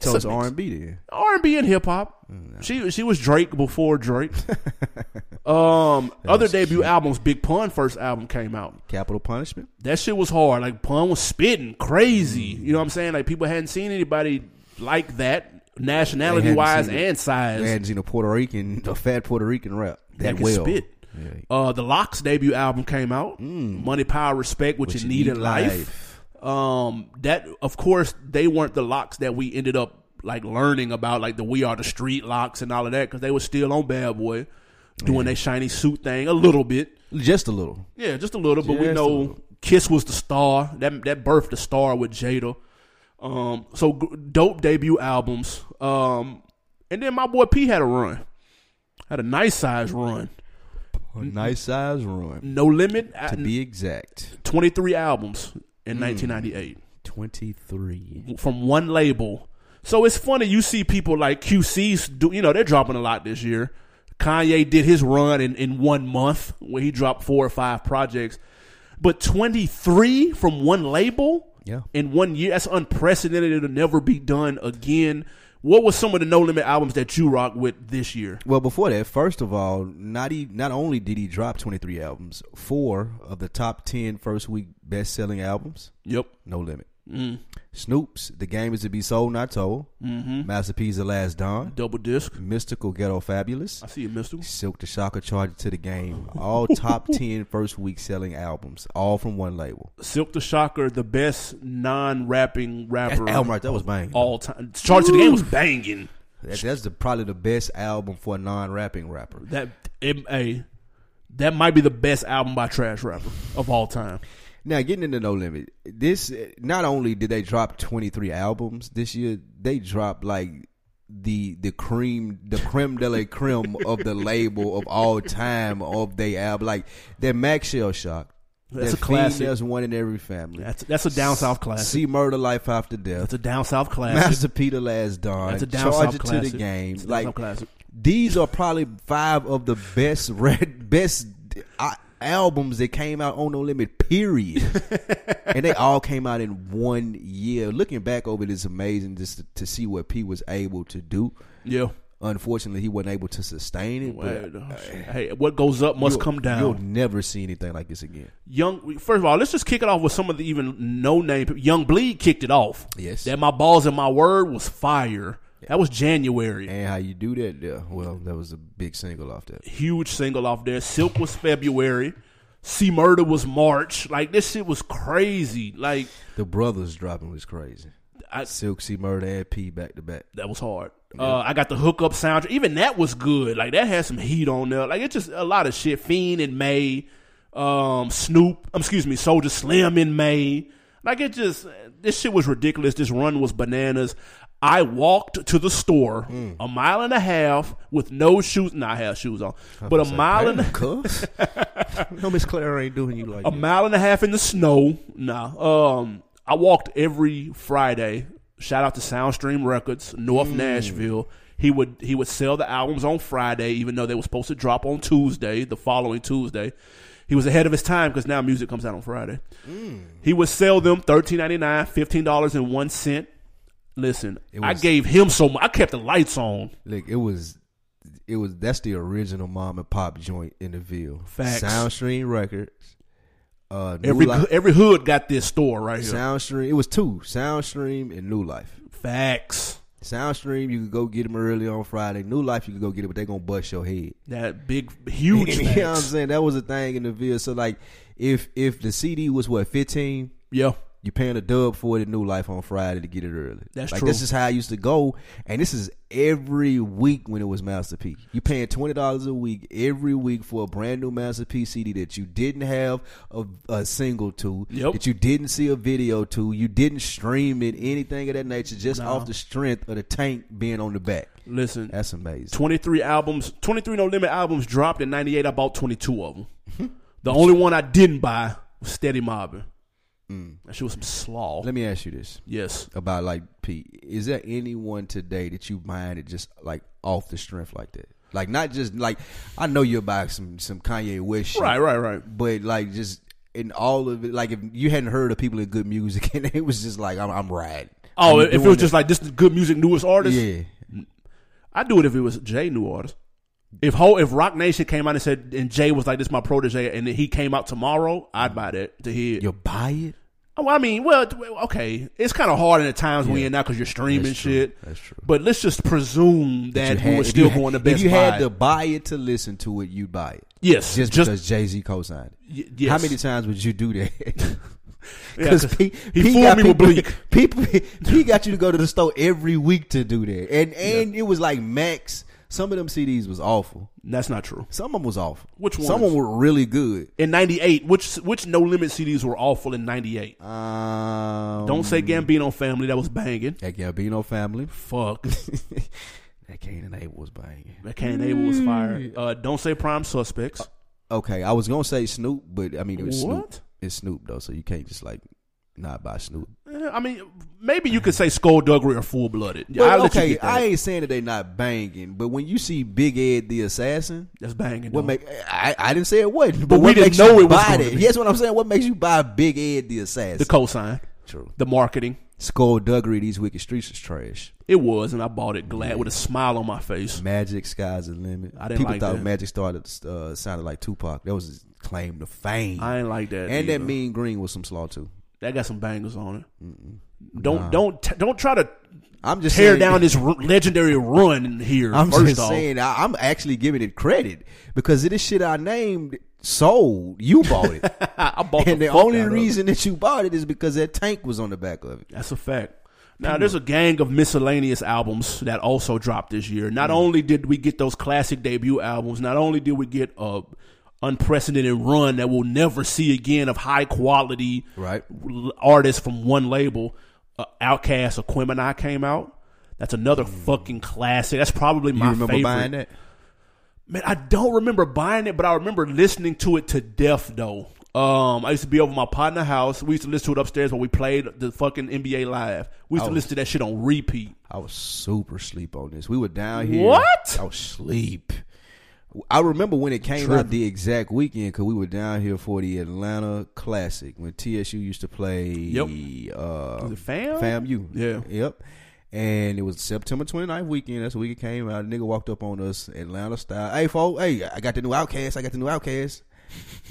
Speaker 1: So it's
Speaker 2: a mix.
Speaker 1: R and B then.
Speaker 2: R and B and hip hop.
Speaker 1: Mm,
Speaker 2: She she was Drake before Drake. um, other debut albums. Big Pun first album came out.
Speaker 1: Capital Punishment.
Speaker 2: That shit was hard. Like Pun was spitting crazy.
Speaker 1: Mm.
Speaker 2: You know what I'm saying? Like people hadn't seen anybody like that nationality wise
Speaker 1: seen it.
Speaker 2: and size.
Speaker 1: I hadn't seen a Puerto Rican, a fat Puerto Rican rap that
Speaker 2: that can
Speaker 1: well.
Speaker 2: spit.
Speaker 1: Yeah.
Speaker 2: Uh, the Locks debut album came out. Money, Power, Respect, Mm. What, You Need in Life. Um, that of course they weren't the Locks that we ended up like learning about, like the We Are the Street Locks and all of that, because they were still on Bad Boy, doing their shiny suit thing a little bit.
Speaker 1: Just a little.
Speaker 2: Yeah, just a little, but we
Speaker 1: Just a
Speaker 2: know
Speaker 1: little.
Speaker 2: Kiss was the star. That that birthed the star with Jada. Um, so g- dope debut albums. Um, and then my boy P had a run, had a nice size run.
Speaker 1: A nice size run.
Speaker 2: No Limit,
Speaker 1: To
Speaker 2: at
Speaker 1: be exact,
Speaker 2: 23 albums in 1998
Speaker 1: twenty three.
Speaker 2: from one label. So it's funny you see people like QC's do you know they're dropping a lot this year. Kanye did his run in, in one month where he dropped four or five projects, but 23 from one label
Speaker 1: Yeah.
Speaker 2: in one year that's unprecedented. It'll never be done again. What was some of the No Limit albums that you rock with this year?
Speaker 1: Well, before that, first of all, not he, not only did he drop 23 albums, four of the top 10 first week best selling albums,
Speaker 2: Yep.
Speaker 1: no limit. Snoop's The Game Is to Be Sold, Not Told. Mm-hmm. Master P's The Last Don.
Speaker 2: Double disc.
Speaker 1: Mystical Ghetto Fabulous.
Speaker 2: I see you, Mister.
Speaker 1: Silk the Shocker Charger to the Game. All top 10 first week selling albums, all from one label.
Speaker 2: Silk the Shocker, the best non-rapping rapper.
Speaker 1: Album right, that was banging.
Speaker 2: all time. Charge to the game was banging.
Speaker 1: That- that's the, probably the best album for a non rapping rapper.
Speaker 2: That it, hey, that might be the best album by Trash Rapper of all time.
Speaker 1: Now, getting into No Limit, this not only did they drop twenty three albums this year, they dropped like the the cream, the creme de la creme of the label of all time of they album, like that Max Shell Shock.
Speaker 2: That's
Speaker 1: that
Speaker 2: a classic.
Speaker 1: There's one in every family.
Speaker 2: That's that's a down south classic.
Speaker 1: See murder, life after death.
Speaker 2: That's a down south classic.
Speaker 1: Master Peter Last Dawn.
Speaker 2: That's a down
Speaker 1: Charge
Speaker 2: south
Speaker 1: it
Speaker 2: classic.
Speaker 1: to the game.
Speaker 2: That's a
Speaker 1: Like
Speaker 2: down south classic.
Speaker 1: these are probably five of the best red best uh, albums that came out on No Limit. Period, and they all came out in one year. Looking back over it is amazing just to, to see what P was able to do.
Speaker 2: Yeah.
Speaker 1: Unfortunately, he wasn't able to sustain it. But
Speaker 2: Wait, oh, shit. hey, what goes up must
Speaker 1: you'll-
Speaker 2: come
Speaker 1: You'll
Speaker 2: down.
Speaker 1: never see anything like this again.
Speaker 2: Young, first of all, let's just kick it off with some of the even no name. people. Young Bleed kicked it off.
Speaker 1: Yes.
Speaker 2: that my balls and my word was fire. That was January.
Speaker 1: And how you do that? Yeah, well, that was a big single off that.
Speaker 2: huge single off there. Silk was February. C Murder was March. Like this shit was crazy. Like
Speaker 1: The brothers dropping was crazy.
Speaker 2: I,
Speaker 1: Silk, C Murder, and P back to back.
Speaker 2: that was hard. Uh, I got the hookup soundtrack. Even that was good. Like that had some heat on there. Like it's just a lot of shit. Fiend in May, um, Snoop. Um, excuse me, Soldier Slim in May. Like it just this shit was ridiculous. This run was bananas. I walked to the store a mile and a half with no shoes. Not have shoes on, but a mile and
Speaker 1: Damn, cuss. no, Miss Claire ain't doing you like
Speaker 2: a
Speaker 1: that.
Speaker 2: mile and a half in the snow. Nah. Um, I walked every Friday. Shout out to Soundstream Records, North
Speaker 1: Mm.
Speaker 2: Nashville. He would he would sell the albums on Friday, even though they were supposed to drop on Tuesday, the following Tuesday. He was ahead of his time because now music comes out on Friday.
Speaker 1: Mm.
Speaker 2: He would sell them thirteen ninety nine, fifteen dollars and one cent. Listen, I
Speaker 1: was-
Speaker 2: gave him so much. I kept the lights on.
Speaker 1: Look, it was, it was. That's the original mom and pop joint in the Ville.
Speaker 2: Facts.
Speaker 1: Soundstream Records. Uh, New
Speaker 2: Every
Speaker 1: Life,
Speaker 2: every hood got this store right here.
Speaker 1: Soundstream. It was two Soundstream and New Life.
Speaker 2: Facts.
Speaker 1: Soundstream, you can go get them early on Friday. New Life, you can go get it, but they're gonna bust your head.
Speaker 2: That big, huge.
Speaker 1: you know what I'm
Speaker 2: facts.
Speaker 1: saying? That was a thing in the Ville. So like, if if the CD was what 15,
Speaker 2: yeah.
Speaker 1: you paying a dub for it at New Life on Friday to get it early.
Speaker 2: That's
Speaker 1: like,
Speaker 2: true.
Speaker 1: This is how I used to go, and this is every week when it was Master P. You paying twenty dollars a week every week for a brand new Master P CD that you didn't have a, a single to,
Speaker 2: Yep.
Speaker 1: that you didn't see a video to, you didn't stream it, anything of that nature, just off the strength of the tank being on the back.
Speaker 2: Listen,
Speaker 1: That's amazing.
Speaker 2: 23 albums, 23 No Limit albums dropped in 98. I bought 22 of
Speaker 1: Hmm.
Speaker 2: them. the only one I didn't buy was Steady Mobbin. That shit was some slaw.
Speaker 1: Hmm. Let me ask you this.
Speaker 2: yes.
Speaker 1: about like Pete. Is there anyone today that you minded just like off the strength like that? Like not just like I know you're about some some Kanye West shit,
Speaker 2: Right, right, right.
Speaker 1: But like just in all of it, like if you hadn't heard of people in good music and it was just like I'm, I'm riding.
Speaker 2: Oh,
Speaker 1: I'm
Speaker 2: if it
Speaker 1: doing
Speaker 2: was just like this is good music newest
Speaker 1: this.
Speaker 2: artist,
Speaker 1: yeah,
Speaker 2: I'd do it if it was Jay new artist. If whole if Rock Nation came out and said and Jay was like this is my protege and then he came out tomorrow, I'd buy that to hear. it.
Speaker 1: you buy it.
Speaker 2: Oh, I mean, well, t- well, okay, it's kind of hard in the times we're in now because you're streaming
Speaker 1: That's true.
Speaker 2: shit.
Speaker 1: That's true.
Speaker 2: But let's just presume that we were still
Speaker 1: if you,
Speaker 2: going to
Speaker 1: if
Speaker 2: Best
Speaker 1: you
Speaker 2: Buy.
Speaker 1: had to buy it to listen to it, you'd buy it.
Speaker 2: yes,
Speaker 1: Just,
Speaker 2: just
Speaker 1: because Jay Z co-signed. it.
Speaker 2: Y- yes.
Speaker 1: How many times would you do that?
Speaker 2: Yeah,
Speaker 1: Because
Speaker 2: 'cause
Speaker 1: he,
Speaker 2: he
Speaker 1: he
Speaker 2: fooled
Speaker 1: got
Speaker 2: me
Speaker 1: people,
Speaker 2: with Bleak.
Speaker 1: People, he got you to go to the store every week to do that, and and it was like max. Some of them CDs was awful.
Speaker 2: That's not true.
Speaker 1: Some of them was awful.
Speaker 2: Which
Speaker 1: Some of
Speaker 2: ones?
Speaker 1: them were really good.
Speaker 2: In '98, which which No Limit CDs were awful in '98.
Speaker 1: Um,
Speaker 2: Don't say Gambino Family that was banging.
Speaker 1: that Gambino family.
Speaker 2: Fuck,
Speaker 1: That Cain and Abel was banging.
Speaker 2: that Cain and Abel was
Speaker 1: Mm.
Speaker 2: fired. Uh, don't say Prime Suspects.
Speaker 1: Uh, Okay, I was gonna say Snoop, but I mean it was Snoop.
Speaker 2: What?
Speaker 1: It's Snoop though, so you can't just like not buy Snoop.
Speaker 2: Eh, I mean, maybe you could say Skullduggery or Full Blooded.
Speaker 1: But
Speaker 2: I'll let you
Speaker 1: okay,
Speaker 2: get that.
Speaker 1: I ain't saying that they not banging, but when you see Big Ed the Assassin,
Speaker 2: That's banging.
Speaker 1: What
Speaker 2: though.
Speaker 1: make I, I didn't say it wasn't, but,
Speaker 2: we
Speaker 1: what
Speaker 2: didn't
Speaker 1: makes
Speaker 2: know
Speaker 1: you
Speaker 2: it was
Speaker 1: buy
Speaker 2: gonna
Speaker 1: that?
Speaker 2: be.
Speaker 1: Yes, what I'm saying. What makes you buy Big Ed the Assassin?
Speaker 2: the cosign,
Speaker 1: True.
Speaker 2: the marketing?
Speaker 1: Skullduggery, these wicked streets is trash.
Speaker 2: It was, and I bought it glad with a smile on my face.
Speaker 1: Magic sky's the limit.
Speaker 2: I didn't
Speaker 1: People
Speaker 2: like
Speaker 1: thought
Speaker 2: that.
Speaker 1: Magic started uh, sounded like Tupac. That was his claim to fame.
Speaker 2: I ain't like that.
Speaker 1: and that
Speaker 2: either.
Speaker 1: Mean Green was some slaw too.
Speaker 2: that got some bangers on it. Don't don't t- don't try to
Speaker 1: I'm just
Speaker 2: tear
Speaker 1: saying,
Speaker 2: down this r- legendary run here.
Speaker 1: I'm
Speaker 2: first
Speaker 1: just
Speaker 2: off.
Speaker 1: saying I, I'm actually giving it credit because of this shit I named sold. You bought it,
Speaker 2: I, I bought
Speaker 1: and the
Speaker 2: fuck
Speaker 1: only
Speaker 2: out of it.
Speaker 1: reason that you bought it is because that tank was on the back of it.
Speaker 2: That's a fact. Now there's a gang of miscellaneous albums that also dropped this year. Not only did we get those classic debut albums, not only did we get a unprecedented run that we'll never see again of high quality
Speaker 1: Right.
Speaker 2: l- artists from one label. Uh, Outcast or Quemini came out. That's another fucking classic. That's probably my
Speaker 1: You remember
Speaker 2: favorite.
Speaker 1: buying that?
Speaker 2: Man, I don't remember buying it, but I remember listening to it to death though. Um, I used to be over at my partner house. We used to listen to it upstairs when we played the fucking NBA live. We
Speaker 1: Oh.
Speaker 2: used to listen to that shit on repeat.
Speaker 1: I was super sleep on this. We were down here.
Speaker 2: What?
Speaker 1: I was sleep. I remember when it came out the exact weekend because we were down here for the Atlanta Classic when TSU used to play.
Speaker 2: Yep.
Speaker 1: Uh,
Speaker 2: Was it Fam?
Speaker 1: FAMU.
Speaker 2: Yeah.
Speaker 1: Yep. And it was September 29th weekend. That's the week it came out. A nigga walked up on us, Atlanta style. Hey, fo, hey, I got the new Outcast. I got the new Outcast.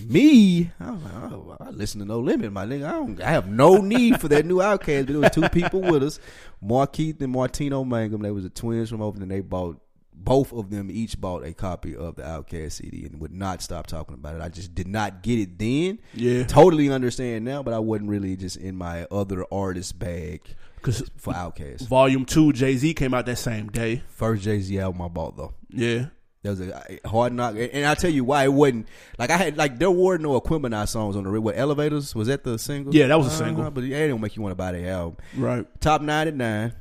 Speaker 1: Me, I was like, oh, I listen to No Limit, my nigga. I, don't, I have no need for that new Outcast. But there was two people with us, Markeith and Martino Mangum. They was the twins from Oakland. They bought both of them each bought a copy of the Outcast CD and would not stop talking about it. I just did not get it then.
Speaker 2: Yeah.
Speaker 1: totally understand now, but I wasn't really just in my other artist bag
Speaker 2: Because
Speaker 1: for Outkast.
Speaker 2: Volume Two, Jay Z came out that same day.
Speaker 1: First Jay Z album I bought though.
Speaker 2: Yeah,
Speaker 1: That was a a hard knock, and and I'll tell you why it wasn't. Like I had, like there were no Aquemini songs on the radio. What Elevators was that the single?
Speaker 2: Yeah, that was a single.
Speaker 1: But yeah, it didn't make you want to buy the album.
Speaker 2: right.
Speaker 1: Top ninety nine.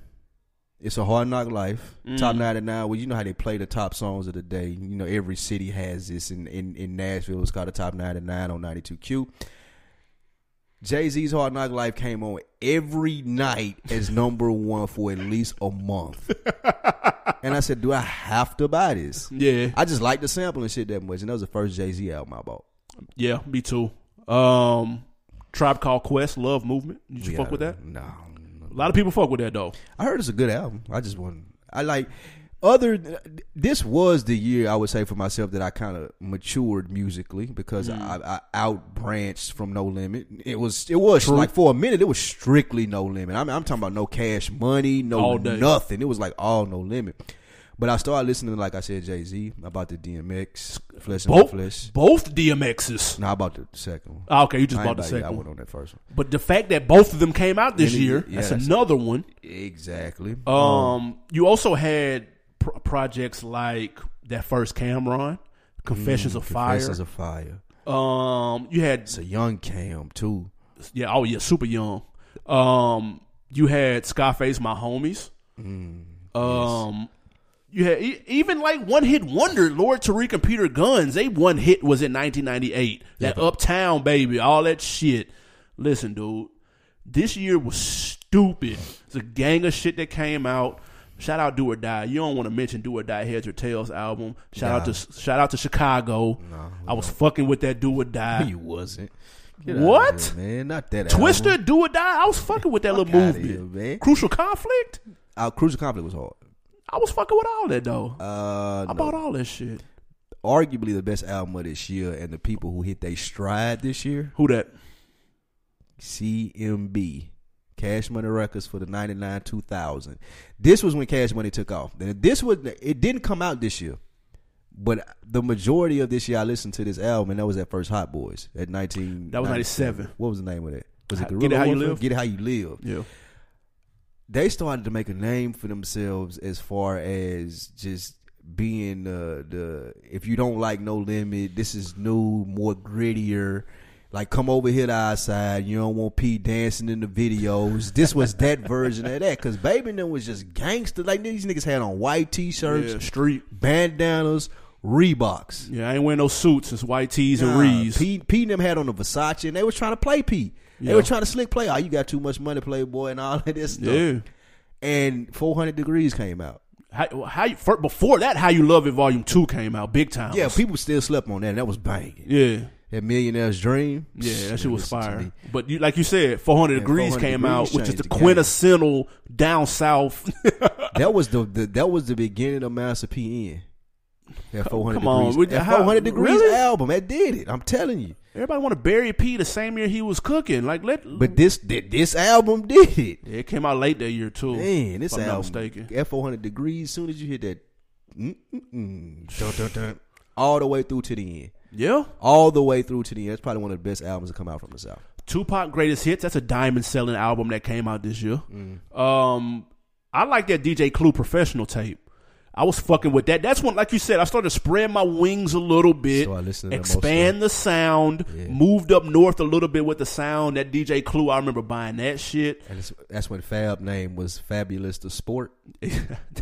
Speaker 1: It's a hard knock life.
Speaker 2: Mm.
Speaker 1: Top ninety nine. Well, you know how they play the top songs of the day. You know every city has this. In in, in Nashville, it's called the top ninety nine on ninety two Q. Jay Z's Hard Knock Life came on every night as number one for at least a month. and I said, Do I have to buy this?
Speaker 2: Yeah,
Speaker 1: I just like the sample and shit that much. And that was the first Jay Z album I bought.
Speaker 2: yeah. Me too. Um, Tribe Called Quest, Love Movement. Did you fuck with that?
Speaker 1: No.
Speaker 2: A lot of people fuck with that though.
Speaker 1: I heard it's a good album. I just want I like other th- this was the year I would say for myself that I kind of matured musically because
Speaker 2: Mm.
Speaker 1: I, I outbranched from No Limit. It was it was like for a minute it was strictly No Limit. I'm, I'm talking about no Cash Money, no
Speaker 2: All day.
Speaker 1: nothing. It was like all No Limit. But I started listening, like I said, Jay Z about the DMX, Flesh and
Speaker 2: Both
Speaker 1: Flesh.
Speaker 2: both DMXs.
Speaker 1: Now about the second one.
Speaker 2: Ah, okay, you just
Speaker 1: I ain't
Speaker 2: bought the
Speaker 1: about- I
Speaker 2: second.
Speaker 1: went
Speaker 2: one.
Speaker 1: on that first one.
Speaker 2: But the fact that both of them came out this
Speaker 1: Really?
Speaker 2: year,
Speaker 1: Yeah,
Speaker 2: that's
Speaker 1: that's-
Speaker 2: another one.
Speaker 1: Exactly.
Speaker 2: Um, you also had pr- projects like that first Cameron, Mm, Confessions of Fire.
Speaker 1: Fire. a fire.
Speaker 2: um, you had
Speaker 1: It's a young Cam too.
Speaker 2: yeah, oh yeah, super young. Um, you had Scarface, my homies. um, you had e- even like one hit wonder, Lord Tariq and Peter Guns. They one hit was in 1998. That Uptown baby, all that shit. Listen, dude, this year was stupid. It's a gang of shit that came out. Shout out Do or Die. You don't want to mention Do or Die Heads or Tails album. Shout out to shout out to Chicago. I was fucking with that Do or Die.
Speaker 1: You wasn't. Get out
Speaker 2: What?
Speaker 1: of here, man? Not that
Speaker 2: Twister, do or die. I was fucking with that little
Speaker 1: outta
Speaker 2: movement.
Speaker 1: here, man.
Speaker 2: Crucial conflict.
Speaker 1: Our Cruiser Conflict was hard.
Speaker 2: I was fucking with all that though.
Speaker 1: Uh,
Speaker 2: I
Speaker 1: no.
Speaker 2: bought all that shit.
Speaker 1: arguably the best album of this year, and the people who hit their stride this year,
Speaker 2: Who that?
Speaker 1: CMB, Cash Money Records for the '99 2000. This was when Cash Money took off. And this was it didn't come out this year, but the majority of this year I listened to this album, and that was at first Hot Boys at 19.
Speaker 2: That was ninety seven.
Speaker 1: What was the name of that? Was it
Speaker 2: Get It
Speaker 1: Guerrilla
Speaker 2: How You
Speaker 1: Warfare?
Speaker 2: Live?
Speaker 1: Get It How You Live.
Speaker 2: Yeah.
Speaker 1: they started to make a name for themselves as far as just being uh, the if you don't like no limit, this is new, more grittier. Like come over here to our side. You don't want P dancing in the videos. This was that version of that because Baby and them was just gangster. Like these niggas had on white t-shirts,
Speaker 2: yeah. Street.
Speaker 1: bandanas, Reeboks.
Speaker 2: Yeah, I ain't wearing no suits. It's white tees and
Speaker 1: Nah,
Speaker 2: rees.
Speaker 1: Pete, Pete and them had on the Versace, and they were trying to play Pete. They
Speaker 2: Yeah.
Speaker 1: were trying to slick play. Oh, you got too much money, Playboy, and all of this stuff.
Speaker 2: Yeah.
Speaker 1: And 400 Degrees came out.
Speaker 2: How, how you, fir- before that, how you love it? Volume two came out big time.
Speaker 1: Yeah, people still slept on that, and that was banging.
Speaker 2: yeah,
Speaker 1: That Millionaire's Dream.
Speaker 2: yeah. That
Speaker 1: psh,
Speaker 2: shit was
Speaker 1: listen to me.
Speaker 2: fire. But you, like you said, four hundred degrees
Speaker 1: 400
Speaker 2: came
Speaker 1: Degrees
Speaker 2: out, which is
Speaker 1: changed
Speaker 2: the
Speaker 1: the game.
Speaker 2: quintessential down south.
Speaker 1: That was the, the that was the beginning of Master PN. That 400
Speaker 2: come on,
Speaker 1: Degrees,
Speaker 2: with-
Speaker 1: that
Speaker 2: how-
Speaker 1: 400 Degrees
Speaker 2: really?
Speaker 1: album. That did it. I'm telling you.
Speaker 2: Everybody want to bury P the same year he was cooking. Like let,
Speaker 1: But this this album did it.
Speaker 2: Yeah, it came out late that year too.
Speaker 1: Man, this
Speaker 2: if I'm
Speaker 1: album
Speaker 2: not mistaken.
Speaker 1: at 400 degrees. Soon as you hit that, mm-mm-mm, dun, dun, dun, all the way through to the end,
Speaker 2: Yeah.
Speaker 1: all the way through to the end. That's probably one of the best albums to come out from the south.
Speaker 2: Tupac Greatest Hits. That's a diamond selling album that came out this year. Um, I like that DJ Clue professional tape. I was fucking with that. That's when, like you said, I started spreading my wings a little bit,
Speaker 1: Started listening to more
Speaker 2: expand the sound, moved up north a little bit with the sound. That DJ Clue, I remember buying that shit.
Speaker 1: And it's, that's when Fab name was Fabulous the Sport,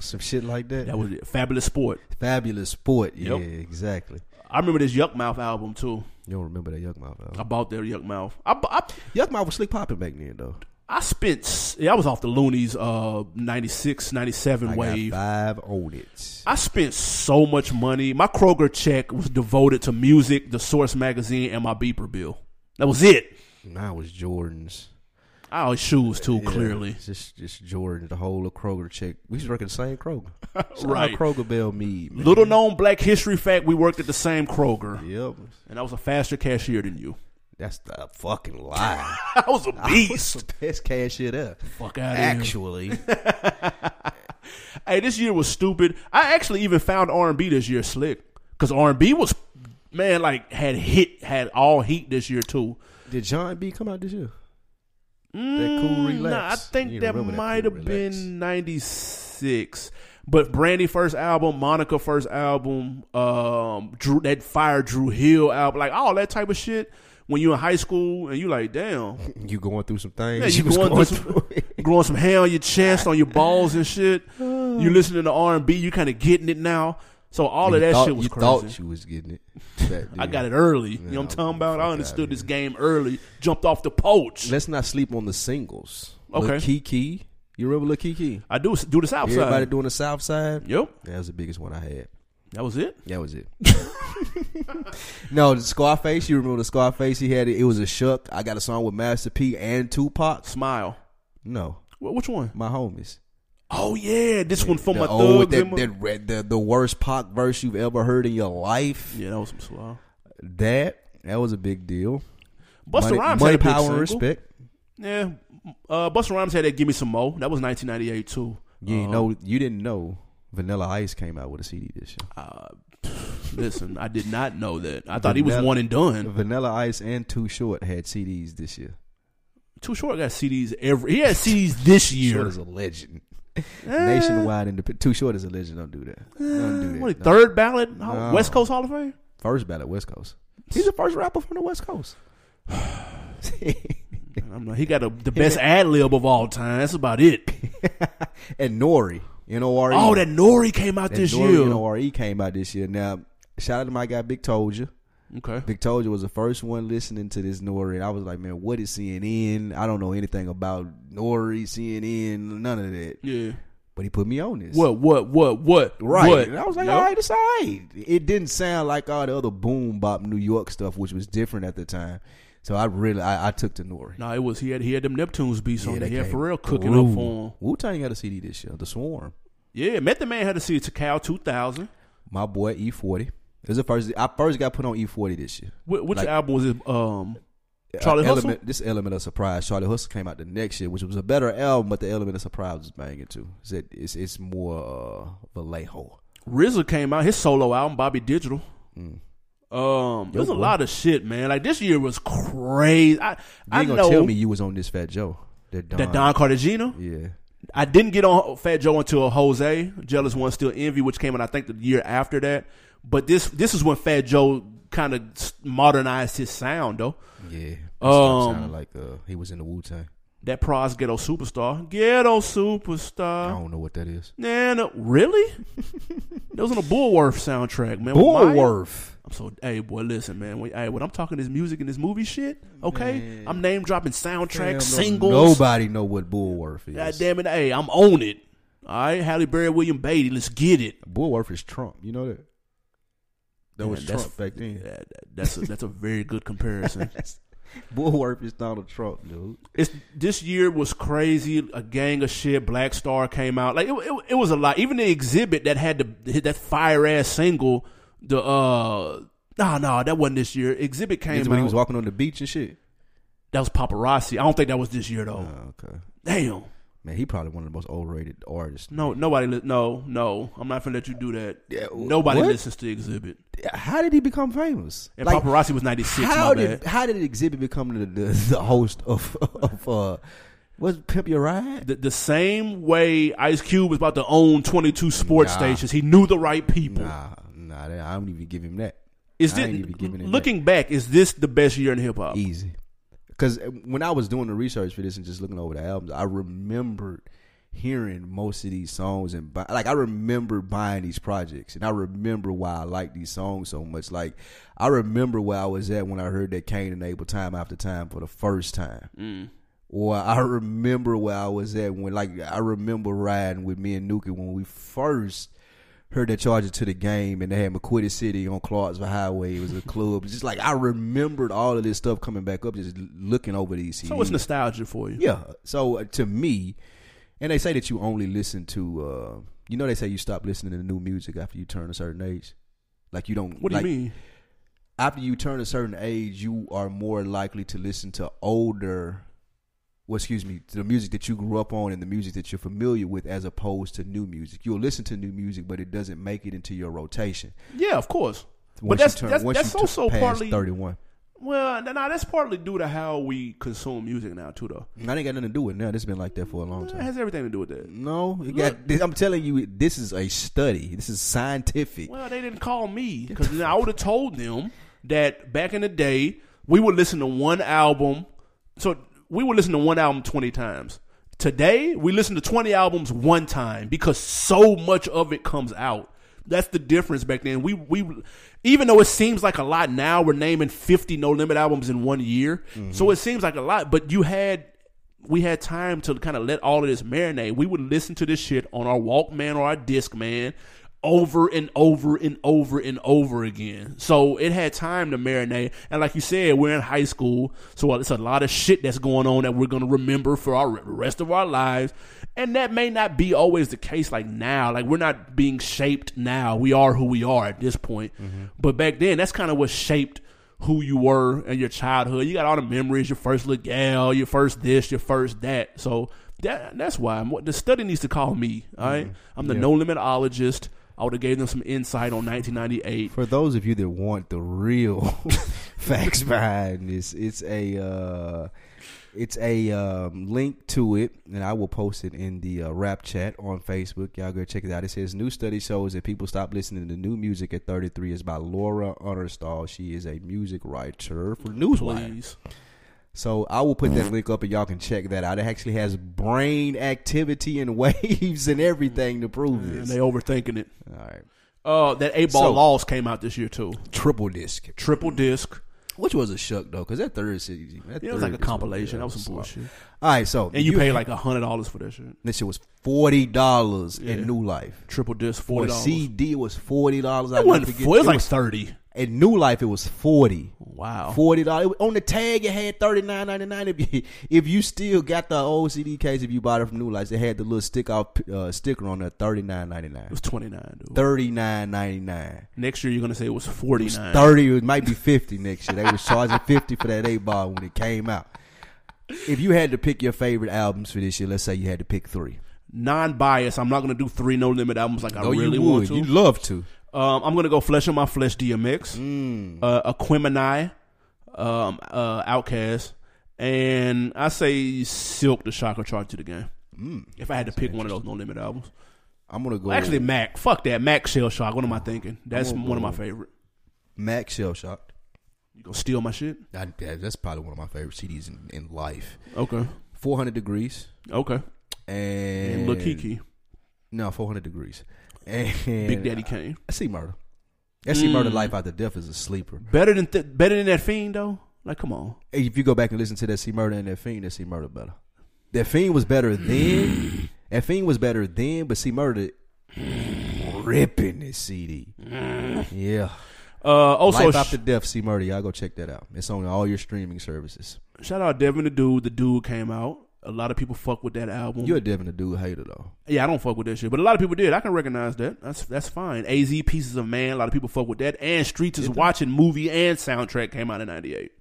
Speaker 1: some shit like that.
Speaker 2: That was it. Fabulous Sport.
Speaker 1: Fabulous Sport.
Speaker 2: Yep.
Speaker 1: Yeah, exactly.
Speaker 2: I remember this Yuck Mouth album too.
Speaker 1: You don't remember that Yuck Mouth
Speaker 2: I
Speaker 1: album?
Speaker 2: bought their Yuck Mouth. I, bu- I,
Speaker 1: Yuck Mouth was slick popping back then though.
Speaker 2: I spent, s- yeah, I was off the Loonies uh, 96, 97
Speaker 1: I
Speaker 2: wave.
Speaker 1: got five on it.
Speaker 2: I spent so much money. My Kroger check was devoted to music, the Source magazine, and my beeper bill. That was it.
Speaker 1: Mine was Jordans.
Speaker 2: I always shoes too,
Speaker 1: Yeah,
Speaker 2: clearly.
Speaker 1: it's just just Jordan, the whole of Kroger check. We used to work at the same Kroger. Shout out
Speaker 2: Right.
Speaker 1: Kroger Bell Mead. man.
Speaker 2: Little known black history fact, we worked at the same Kroger.
Speaker 1: Yep.
Speaker 2: And I was a faster cashier than you.
Speaker 1: That's the fucking lie.
Speaker 2: I was a
Speaker 1: What's
Speaker 2: beast.
Speaker 1: the best cashier there?
Speaker 2: Fuck out of here.
Speaker 1: Actually,
Speaker 2: Hey, this year was stupid. I actually even found R and B this year slick. Cause R and B was man, like had hit had all heat this year too.
Speaker 1: did John B come out this year?
Speaker 2: Mm,
Speaker 1: that cool relax.
Speaker 2: Nah, I think
Speaker 1: You
Speaker 2: that
Speaker 1: remember
Speaker 2: might
Speaker 1: Cool
Speaker 2: have
Speaker 1: Relax.
Speaker 2: been '96. But Brandy first album, Monica first album, um, Drew that Fire Drew Hill album, like all that type of shit. When you in high school and you like, damn,
Speaker 1: You going through some things?
Speaker 2: yeah, you
Speaker 1: She was
Speaker 2: going, through some,
Speaker 1: it.
Speaker 2: growing some hair on your chest, on your balls and shit. You listening to R and B, you kind of getting it now. So all of
Speaker 1: You
Speaker 2: that
Speaker 1: thought-
Speaker 2: shit was
Speaker 1: you
Speaker 2: crazy.
Speaker 1: thought you was getting it. back
Speaker 2: I
Speaker 1: then.
Speaker 2: got it early. you know what I'm
Speaker 1: Yeah,
Speaker 2: talking about?
Speaker 1: fuck
Speaker 2: I
Speaker 1: outta
Speaker 2: understood this
Speaker 1: here.
Speaker 2: game early. Jumped off the poach.
Speaker 1: Let's not sleep on the singles.
Speaker 2: Okay.
Speaker 1: Lil Kiki. You remember Lil Kiki?
Speaker 2: I do do this outside.
Speaker 1: Everybody doing the South Side.
Speaker 2: yep,
Speaker 1: That was the biggest one I had.
Speaker 2: that was it.
Speaker 1: That was it. no, the Scarface. You remember the Scarface? He had it. It was a shuck. I got a song with Master P and Tupac.
Speaker 2: Smile.
Speaker 1: No,
Speaker 2: Wh- Which one?
Speaker 1: my homies.
Speaker 2: Oh yeah, this one from my
Speaker 1: The old with
Speaker 2: thugs.
Speaker 1: that,
Speaker 2: and my-
Speaker 1: that red, the, the worst Pac verse you've ever heard in your life.
Speaker 2: yeah, that was some slow.
Speaker 1: That that was a big deal.
Speaker 2: Buster
Speaker 1: money,
Speaker 2: Rhymes
Speaker 1: money,
Speaker 2: had a big
Speaker 1: power,
Speaker 2: single.
Speaker 1: and respect.
Speaker 2: Yeah, uh, Buster Rhymes had that "Give Me Some Mo." That was 1998 too.
Speaker 1: You ain't know,
Speaker 2: Uh-huh.
Speaker 1: you didn't know Vanilla Ice came out with a CD this year.
Speaker 2: Uh, Listen, I did not know that. I thought he was
Speaker 1: Vanilla-
Speaker 2: one and done.
Speaker 1: Vanilla Ice and Too Short had CDs this year.
Speaker 2: Too short got CDs every. He had CDs this
Speaker 1: Short
Speaker 2: year.
Speaker 1: is a legend.
Speaker 2: Eh.
Speaker 1: Nationwide independent. Too short is a legend. Don't do that. Don't do that.
Speaker 2: Eh, What,
Speaker 1: No.
Speaker 2: third ballot West Coast Hall of Fame.
Speaker 1: First ballot West Coast. He's the first rapper from the West Coast.
Speaker 2: I don't know. He got a, the best ad lib of all time. That's about it.
Speaker 1: and Nori. N O R E.
Speaker 2: Oh, that Nori came out
Speaker 1: That
Speaker 2: this
Speaker 1: Nori
Speaker 2: year.
Speaker 1: N O R E came out this year. Now, shout out to my guy Big Told
Speaker 2: Okay.
Speaker 1: Big Told was the first one listening to this Nori. And I was like, man, what is CNN? I don't know anything about Nori, CNN, none of that.
Speaker 2: Yeah.
Speaker 1: But he put me on this.
Speaker 2: What? What? What? What?
Speaker 1: Right.
Speaker 2: What?
Speaker 1: And I was like,
Speaker 2: Yup.
Speaker 1: all right, it's all right. It didn't sound like all the other boom bop New York stuff, which was different at the time. So I really, I, I took to Nori.
Speaker 2: No, it was he had he had them Neptunes beats on there. He had Pharrell cooking up for him.
Speaker 1: Wu Tang had a CD this year, The Swarm.
Speaker 2: Yeah, Method Man had to see Takao 2000.
Speaker 1: My boy E40. It was the first. I first got put on E40 this year.
Speaker 2: Wh- which
Speaker 1: Like-
Speaker 2: album was it? Um, Charlie
Speaker 1: Uh,
Speaker 2: Hustle.
Speaker 1: Element, this element of surprise. Charlie Hustle came out the next year, which was a better album, but the element of surprise was banging too. It's it's, it's more uh, Vallejo.
Speaker 2: RZA came out his solo album, Bobby Digital. Um, there's a
Speaker 1: Mm. boy.
Speaker 2: lot of shit, man. Like this year was crazy. I,
Speaker 1: You
Speaker 2: I
Speaker 1: ain't gonna
Speaker 2: know
Speaker 1: tell me you was on this Fat Joe. That Don.
Speaker 2: that Don Cartagena.
Speaker 1: Yeah.
Speaker 2: I didn't get on Fat Joe until Jose Jealous One Still Envy, which came out I think the year after that. But this this is when Fat Joe kind of modernized his sound though.
Speaker 1: Yeah. Um,
Speaker 2: Um,
Speaker 1: sounded like uh, he was in the Wu Tang.
Speaker 2: That prize ghetto superstar, ghetto
Speaker 1: I
Speaker 2: superstar.
Speaker 1: don't know what that is.
Speaker 2: Nah, no, really? that was on the Bullworth soundtrack, man. with Maya.
Speaker 1: Bullworth.
Speaker 2: I'm so hey boy, listen man. When, hey, when I'm talking this music and this movie shit, okay, I'm name dropping soundtracks, singles.
Speaker 1: Nobody know what Bullworth is.
Speaker 2: God damn it, hey, I'm on it. All right, Halle Berry, William Beatty, let's get it.
Speaker 1: Bullworth is Trump. You know that. That
Speaker 2: Yeah,
Speaker 1: was
Speaker 2: that's-
Speaker 1: Trump back then.
Speaker 2: Yeah, that- that's a, that's a very good comparison.
Speaker 1: Bullworth is Donald Trump, dude.
Speaker 2: it's this year was crazy. A gang of shit. Black Star came out. Like it, it, it was a lot. Even the exhibit that had the that fire ass single. The uh no no that wasn't this year. Exhibit came
Speaker 1: That's
Speaker 2: out.
Speaker 1: when he was walking on the beach and shit.
Speaker 2: that was paparazzi. I don't think that was this year though.
Speaker 1: Oh, okay.
Speaker 2: Damn.
Speaker 1: Man, he probably one of the most overrated artists.
Speaker 2: No, nobody. Li- no, no. I'm not gonna let you do that.
Speaker 1: Yeah, wh-
Speaker 2: nobody
Speaker 1: what?
Speaker 2: listens to Exhibit.
Speaker 1: How did he become famous?
Speaker 2: And
Speaker 1: Like,
Speaker 2: paparazzi was 96.
Speaker 1: how
Speaker 2: my
Speaker 1: did
Speaker 2: bad.
Speaker 1: how did Exhibit become the the, the host of of uh, was Pimp Your Ride?
Speaker 2: The, the same way Ice Cube was about to own 22 sports
Speaker 1: Nah.
Speaker 2: stations, he knew the right people.
Speaker 1: Nah, nah, that- I don't even give him that.
Speaker 2: Is
Speaker 1: I
Speaker 2: this,
Speaker 1: ain't even giving it that.
Speaker 2: looking back, is this the best year in hip hop?
Speaker 1: Easy. Because when I was doing the research for this and just looking over the albums, I remembered hearing most of these songs and buy, like I remember buying these projects and I remember why I like these songs so much. Like I remember where I was at when I heard that Cain and Abel time after time for the first time. Or I remember where I was at when like I remember riding with me and Nuki when we first heard that charge to the game and they had McQuitty City on Clarksville Highway. It was a club. It's just like I remembered all of this stuff coming back up, just looking over these CDs.
Speaker 2: So it's nostalgia for you.
Speaker 1: yeah. So uh, to me, and they say that you only listen to, uh, you know, they say you stop listening to new music after you turn a certain age. Like you don't.
Speaker 2: What do
Speaker 1: like,
Speaker 2: you mean?
Speaker 1: After you turn a certain age, you are more likely to listen to older. Well, excuse me, to the music that you grew up on and the music that you're familiar with, as opposed to new music. You'll listen to new music, but it doesn't make it into your rotation.
Speaker 2: Yeah, of course. But
Speaker 1: Once
Speaker 2: that's
Speaker 1: you turn-
Speaker 2: that's,
Speaker 1: once
Speaker 2: that's
Speaker 1: you
Speaker 2: also
Speaker 1: past
Speaker 2: partly
Speaker 1: 31.
Speaker 2: well, nah, nah, that's partly due to how we consume music now too, though.
Speaker 1: I ain't got nothing to do with it now. This has been like that for a long
Speaker 2: It
Speaker 1: time.
Speaker 2: has everything to do with that.
Speaker 1: No, it got, I'm telling you, this is a study. This is scientific.
Speaker 2: Well, they didn't call me because I would have told them that back in the day we would listen to one album. So we would listen to one album twenty times. Today we listen to twenty albums one time because so much of it comes out. That's the difference back then. We we even though it seems like a lot now, we're naming fifty No Limit albums in one year, so it seems like a lot. But you had we had time to kind of let all of this marinate. We would listen to this shit on our Walkman or our Discman over and over and over and over again. So it had time to marinate. And like you said, we're in high school, so it's a lot of shit that's going on that we're gonna remember for our the rest of our lives. And that may not be always the case. Like now, like we're not being shaped now. We are who we are at this point. But back then, that's kind of what shaped who you were and your childhood. You got all the memories, your first little gal, your first this, your first that. So that that's why I'm, the study needs to call me. All right? I'm the no limitologist. I would have gave them some insight on 1998.
Speaker 1: For those of you that want the real facts behind this, it's a uh, it's a um, link to it, and I will post it in the uh, rap chat on Facebook. Y'all go check it out. It says new study shows that people stop listening to new music at 33. It's by Laura Utterstall. She is a music writer for Newswire.
Speaker 2: Please.
Speaker 1: So I will put that link up and y'all can check that out. It actually has brain activity and waves and everything to prove
Speaker 2: And
Speaker 1: this.
Speaker 2: they overthinking it.
Speaker 1: All right,
Speaker 2: Uh, that eight ball
Speaker 1: So-
Speaker 2: loss came out this year too.
Speaker 1: triple disc.
Speaker 2: Triple disc.
Speaker 1: Which was a shuck though, because that third season, that
Speaker 2: Yeah, it was
Speaker 1: third
Speaker 2: like a
Speaker 1: disc yeah,
Speaker 2: compilation. That was some
Speaker 1: slow.
Speaker 2: bullshit.
Speaker 1: All right, so
Speaker 2: And you, paid like a hundred dollars for that shit.
Speaker 1: this shit was forty dollars
Speaker 2: Yeah.
Speaker 1: in New Life.
Speaker 2: Triple disc,
Speaker 1: For
Speaker 2: forty
Speaker 1: the
Speaker 2: dollars.
Speaker 1: CD was forty dollars.
Speaker 2: It wasn't four. It was like thirty.
Speaker 1: in New Life. It was forty.
Speaker 2: Wow.
Speaker 1: Forty dollars on the tag. It had thirty nine ninety nine. If you if you still got the old CD case, if you bought it from New Life, they had the little stick out uh, sticker on there. Thirty nine ninety
Speaker 2: It
Speaker 1: nine.
Speaker 2: was twenty nine. Dude.
Speaker 1: Thirty nine ninety nine.
Speaker 2: Next year you're gonna say it was forty nine.
Speaker 1: Thirty. It might be fifty next year. They was charging fifty for that eight ball when it came out. If you had to pick your favorite albums for this year, let's say you had to pick three.
Speaker 2: non bias. I'm not gonna do three no limit albums like I really
Speaker 1: you
Speaker 2: want to.
Speaker 1: You love to.
Speaker 2: um, I'm gonna go Flesh on My Flesh, DMX,
Speaker 1: Mm.
Speaker 2: uh, Aquemini, um, uh, Outcast, and I say Silk the Shocker Charge to the game.
Speaker 1: Mm.
Speaker 2: If I had to pick one of those no limit albums,
Speaker 1: I'm gonna go
Speaker 2: actually Mac. Fuck that Mac Shell Shock. What am I thinking? That's one of my favorite.
Speaker 1: Max Shell Shocked.
Speaker 2: You gonna steal my shit?
Speaker 1: I- yeah, that's probably one of my favorite CDs in, in life.
Speaker 2: Okay,
Speaker 1: 400 degrees
Speaker 2: okay.
Speaker 1: and,
Speaker 2: And Lil Kiki,
Speaker 1: No, 400 degrees. And
Speaker 2: Big Daddy Kane.
Speaker 1: I see murder. I see murder.
Speaker 2: Mm.
Speaker 1: Life after death is a sleeper.
Speaker 2: Better than th- better than that fiend though. Like, come on.
Speaker 1: Hey, if you go back and listen to that see murder and that fiend, that see murder better. That fiend was better then. that fiend was better then, but see murder ripping this CD. Yeah,
Speaker 2: Uh, also,
Speaker 1: life
Speaker 2: sh-
Speaker 1: after death, see murder. Y'all go check that out. It's on all your streaming services.
Speaker 2: shout out Devin the Dude. The Dude came out. A lot of people fuck with that album.
Speaker 1: You're a Devin the Dude hater though.
Speaker 2: Yeah, I don't fuck with that shit, but a lot of people did. I can recognize that. That's that's fine. Az pieces of man. A lot of people fuck with that. And Streets is watching movie and soundtrack came out in '98.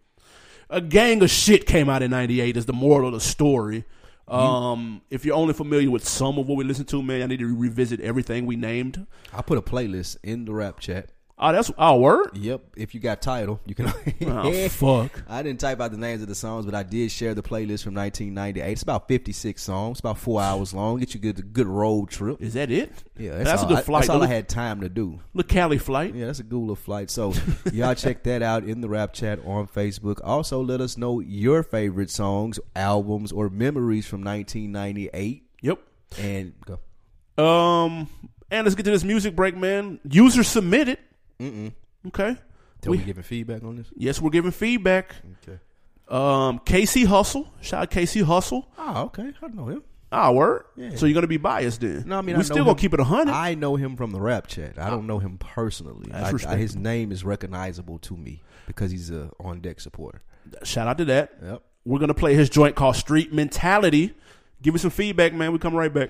Speaker 2: A gang of shit came out in '98 is the moral of the story. Um, if you're only familiar with some of what we listen to, man, I need to revisit everything we named.
Speaker 1: I put a playlist in the rap chat.
Speaker 2: Oh, that's our word.
Speaker 1: Yep. If you got title, you can.
Speaker 2: Oh, fuck.
Speaker 1: I didn't type out the names of the songs, but I did share the playlist from 1998. It's about 56 songs. It's about four hours long. Get you good, good road trip.
Speaker 2: Is that it?
Speaker 1: Yeah,
Speaker 2: that's,
Speaker 1: that's,
Speaker 2: a
Speaker 1: all
Speaker 2: good
Speaker 1: I-
Speaker 2: flight.
Speaker 1: That's all I
Speaker 2: Look-
Speaker 1: had time to do.
Speaker 2: Look, Cali flight.
Speaker 1: Yeah, that's a Gula flight. So y'all check that out in the rap chat on Facebook. Also, let us know your favorite songs, albums, or memories from 1998.
Speaker 2: Yep.
Speaker 1: And go.
Speaker 2: Um, and let's get to this music break, man. User submitted. Mm-mm. Okay.
Speaker 1: Tell we, giving feedback on this.
Speaker 2: Yes, we're giving feedback.
Speaker 1: Okay.
Speaker 2: Um, KC Hustle, shout out KC Hustle.
Speaker 1: Oh, okay. I know him.
Speaker 2: Ah, word.
Speaker 1: Yeah.
Speaker 2: So you're gonna be biased then?
Speaker 1: No, I mean,
Speaker 2: we
Speaker 1: I
Speaker 2: still
Speaker 1: know
Speaker 2: gonna
Speaker 1: him.
Speaker 2: keep it hundred. Ah.
Speaker 1: I know him from the rap chat. I don't know him personally.
Speaker 2: That's
Speaker 1: I- I-
Speaker 2: respectable.
Speaker 1: his name is recognizable to me because he's a on deck supporter.
Speaker 2: Shout out to that.
Speaker 1: Yep.
Speaker 2: We're gonna play his joint called Street Mentality. Give me some feedback, man. We come right back.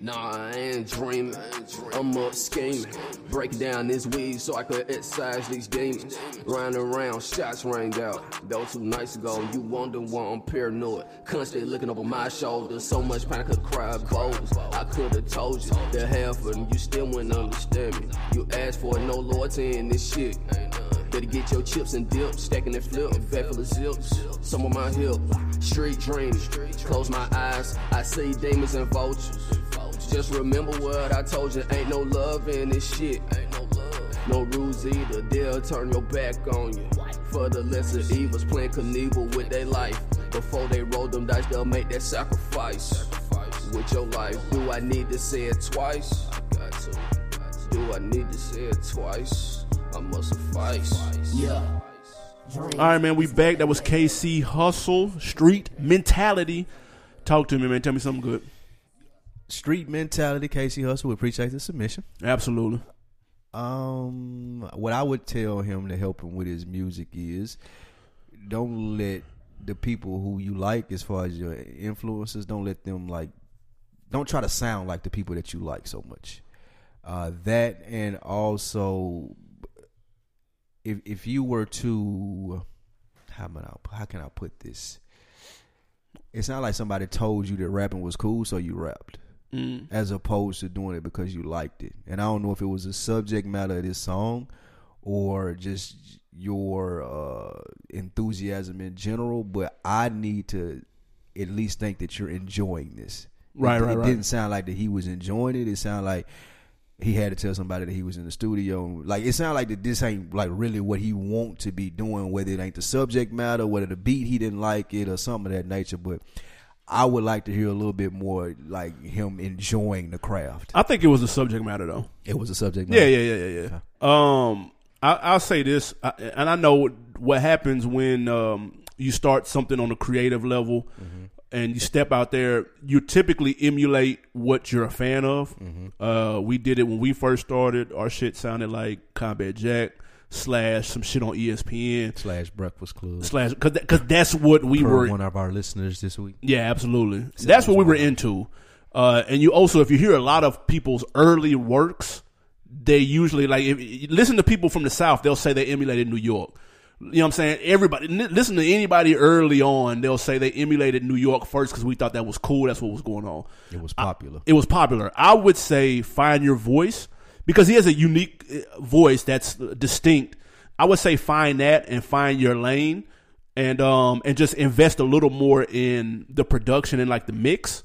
Speaker 4: Nah, I ain't dreaming. I'm up scheming. Break down this weed so I could excise these demons. Round around, shots rang out. Though two nights ago, you wonder why I'm paranoid. Constantly looking over my shoulder. So much pain I could cry clothes. I could have told you the half of them, you still wouldn't understand me. You asked for it, no loyalty in this shit. Better get your chips and dips, stacking and flip, back full of zips. Some on my hip, street dream. Close my eyes, I see demons and vultures. Just remember what I told you, ain't no love in this shit. Ain't no love. No rules either, they'll turn your back on you. For the lesser evils, playing Knievel with their life. Before they roll them dice, they'll make that sacrifice. With your life, do I need to say it twice? Do I need to say it twice? I must suffice. Yeah.
Speaker 2: All right, man. We back. That was KC Hustle, Street Mentality. Talk to me, man. Tell me something good.
Speaker 1: Street mentality, Casey Hustle. We appreciate the submission.
Speaker 2: Absolutely.
Speaker 1: Um, what I would tell him to help him with his music is don't let the people who you like, as far as your influences, don't let them like, don't try to sound like the people that you like so much. Uh, that and also, if if you were to, how can I how can I put this? It's not like somebody told you that rapping was cool, so you rapped
Speaker 2: Mm. Mm-hmm.
Speaker 1: as opposed to doing it because you liked it. And I don't know if it was the subject matter of this song or just your uh, enthusiasm in general, but I need to at least think that you're enjoying this.
Speaker 2: Right,
Speaker 1: it,
Speaker 2: right,
Speaker 1: it
Speaker 2: right.
Speaker 1: didn't sound like that he was enjoying it. It sounded like he had to tell somebody that he was in the studio. Like it sounded like that this ain't like really what he want to be doing, whether it ain't the subject matter, whether the beat he didn't like it or something of that nature. But I would like to hear a little bit more like him enjoying the craft.
Speaker 2: I think it was the subject matter though.
Speaker 1: It was a subject
Speaker 2: Yeah,
Speaker 1: matter.
Speaker 2: yeah, yeah, yeah, yeah. Um, I, I'll say this, I, and I know what happens when um, you start something on a creative level, and you step out there. You typically emulate what you're a fan of. Uh, we did it when we first started. Our shit sounded like Combat Jack slash some shit on E ESPN
Speaker 1: Slash Breakfast Club.
Speaker 2: slash because because that's what we
Speaker 1: For
Speaker 2: were
Speaker 1: one of our listeners this week.
Speaker 2: yeah, absolutely. That's what we were into. Uh, and you also, if you hear a lot of people's early works, they usually like if you listen to people from the South, they'll say they emulated New York. You know what I'm saying? Everybody n- listen to anybody early on, they'll say they emulated New York first because we thought that was cool. That's what was going on.
Speaker 1: It was popular.
Speaker 2: It was popular. I would say find your voice because he has a unique uh, voice that's distinct. I would say find that and find your lane and um and just invest a little more in the production and like the mix.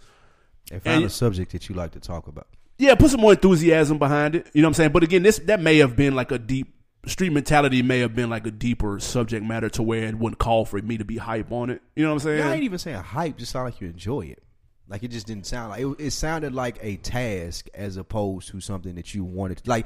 Speaker 1: and find
Speaker 2: and-
Speaker 1: a subject that you like to talk about.
Speaker 2: Yeah, put some more enthusiasm behind it. You know what I'm saying? But again, this that may have been like a deep street mentality may have been like a deeper subject matter to where it wouldn't call for me to be hype on it. You know what I'm saying?
Speaker 1: I ain't even saying hype, just sound like you enjoy it. Like it just didn't sound like it, it sounded like a task as opposed to something that you wanted. Like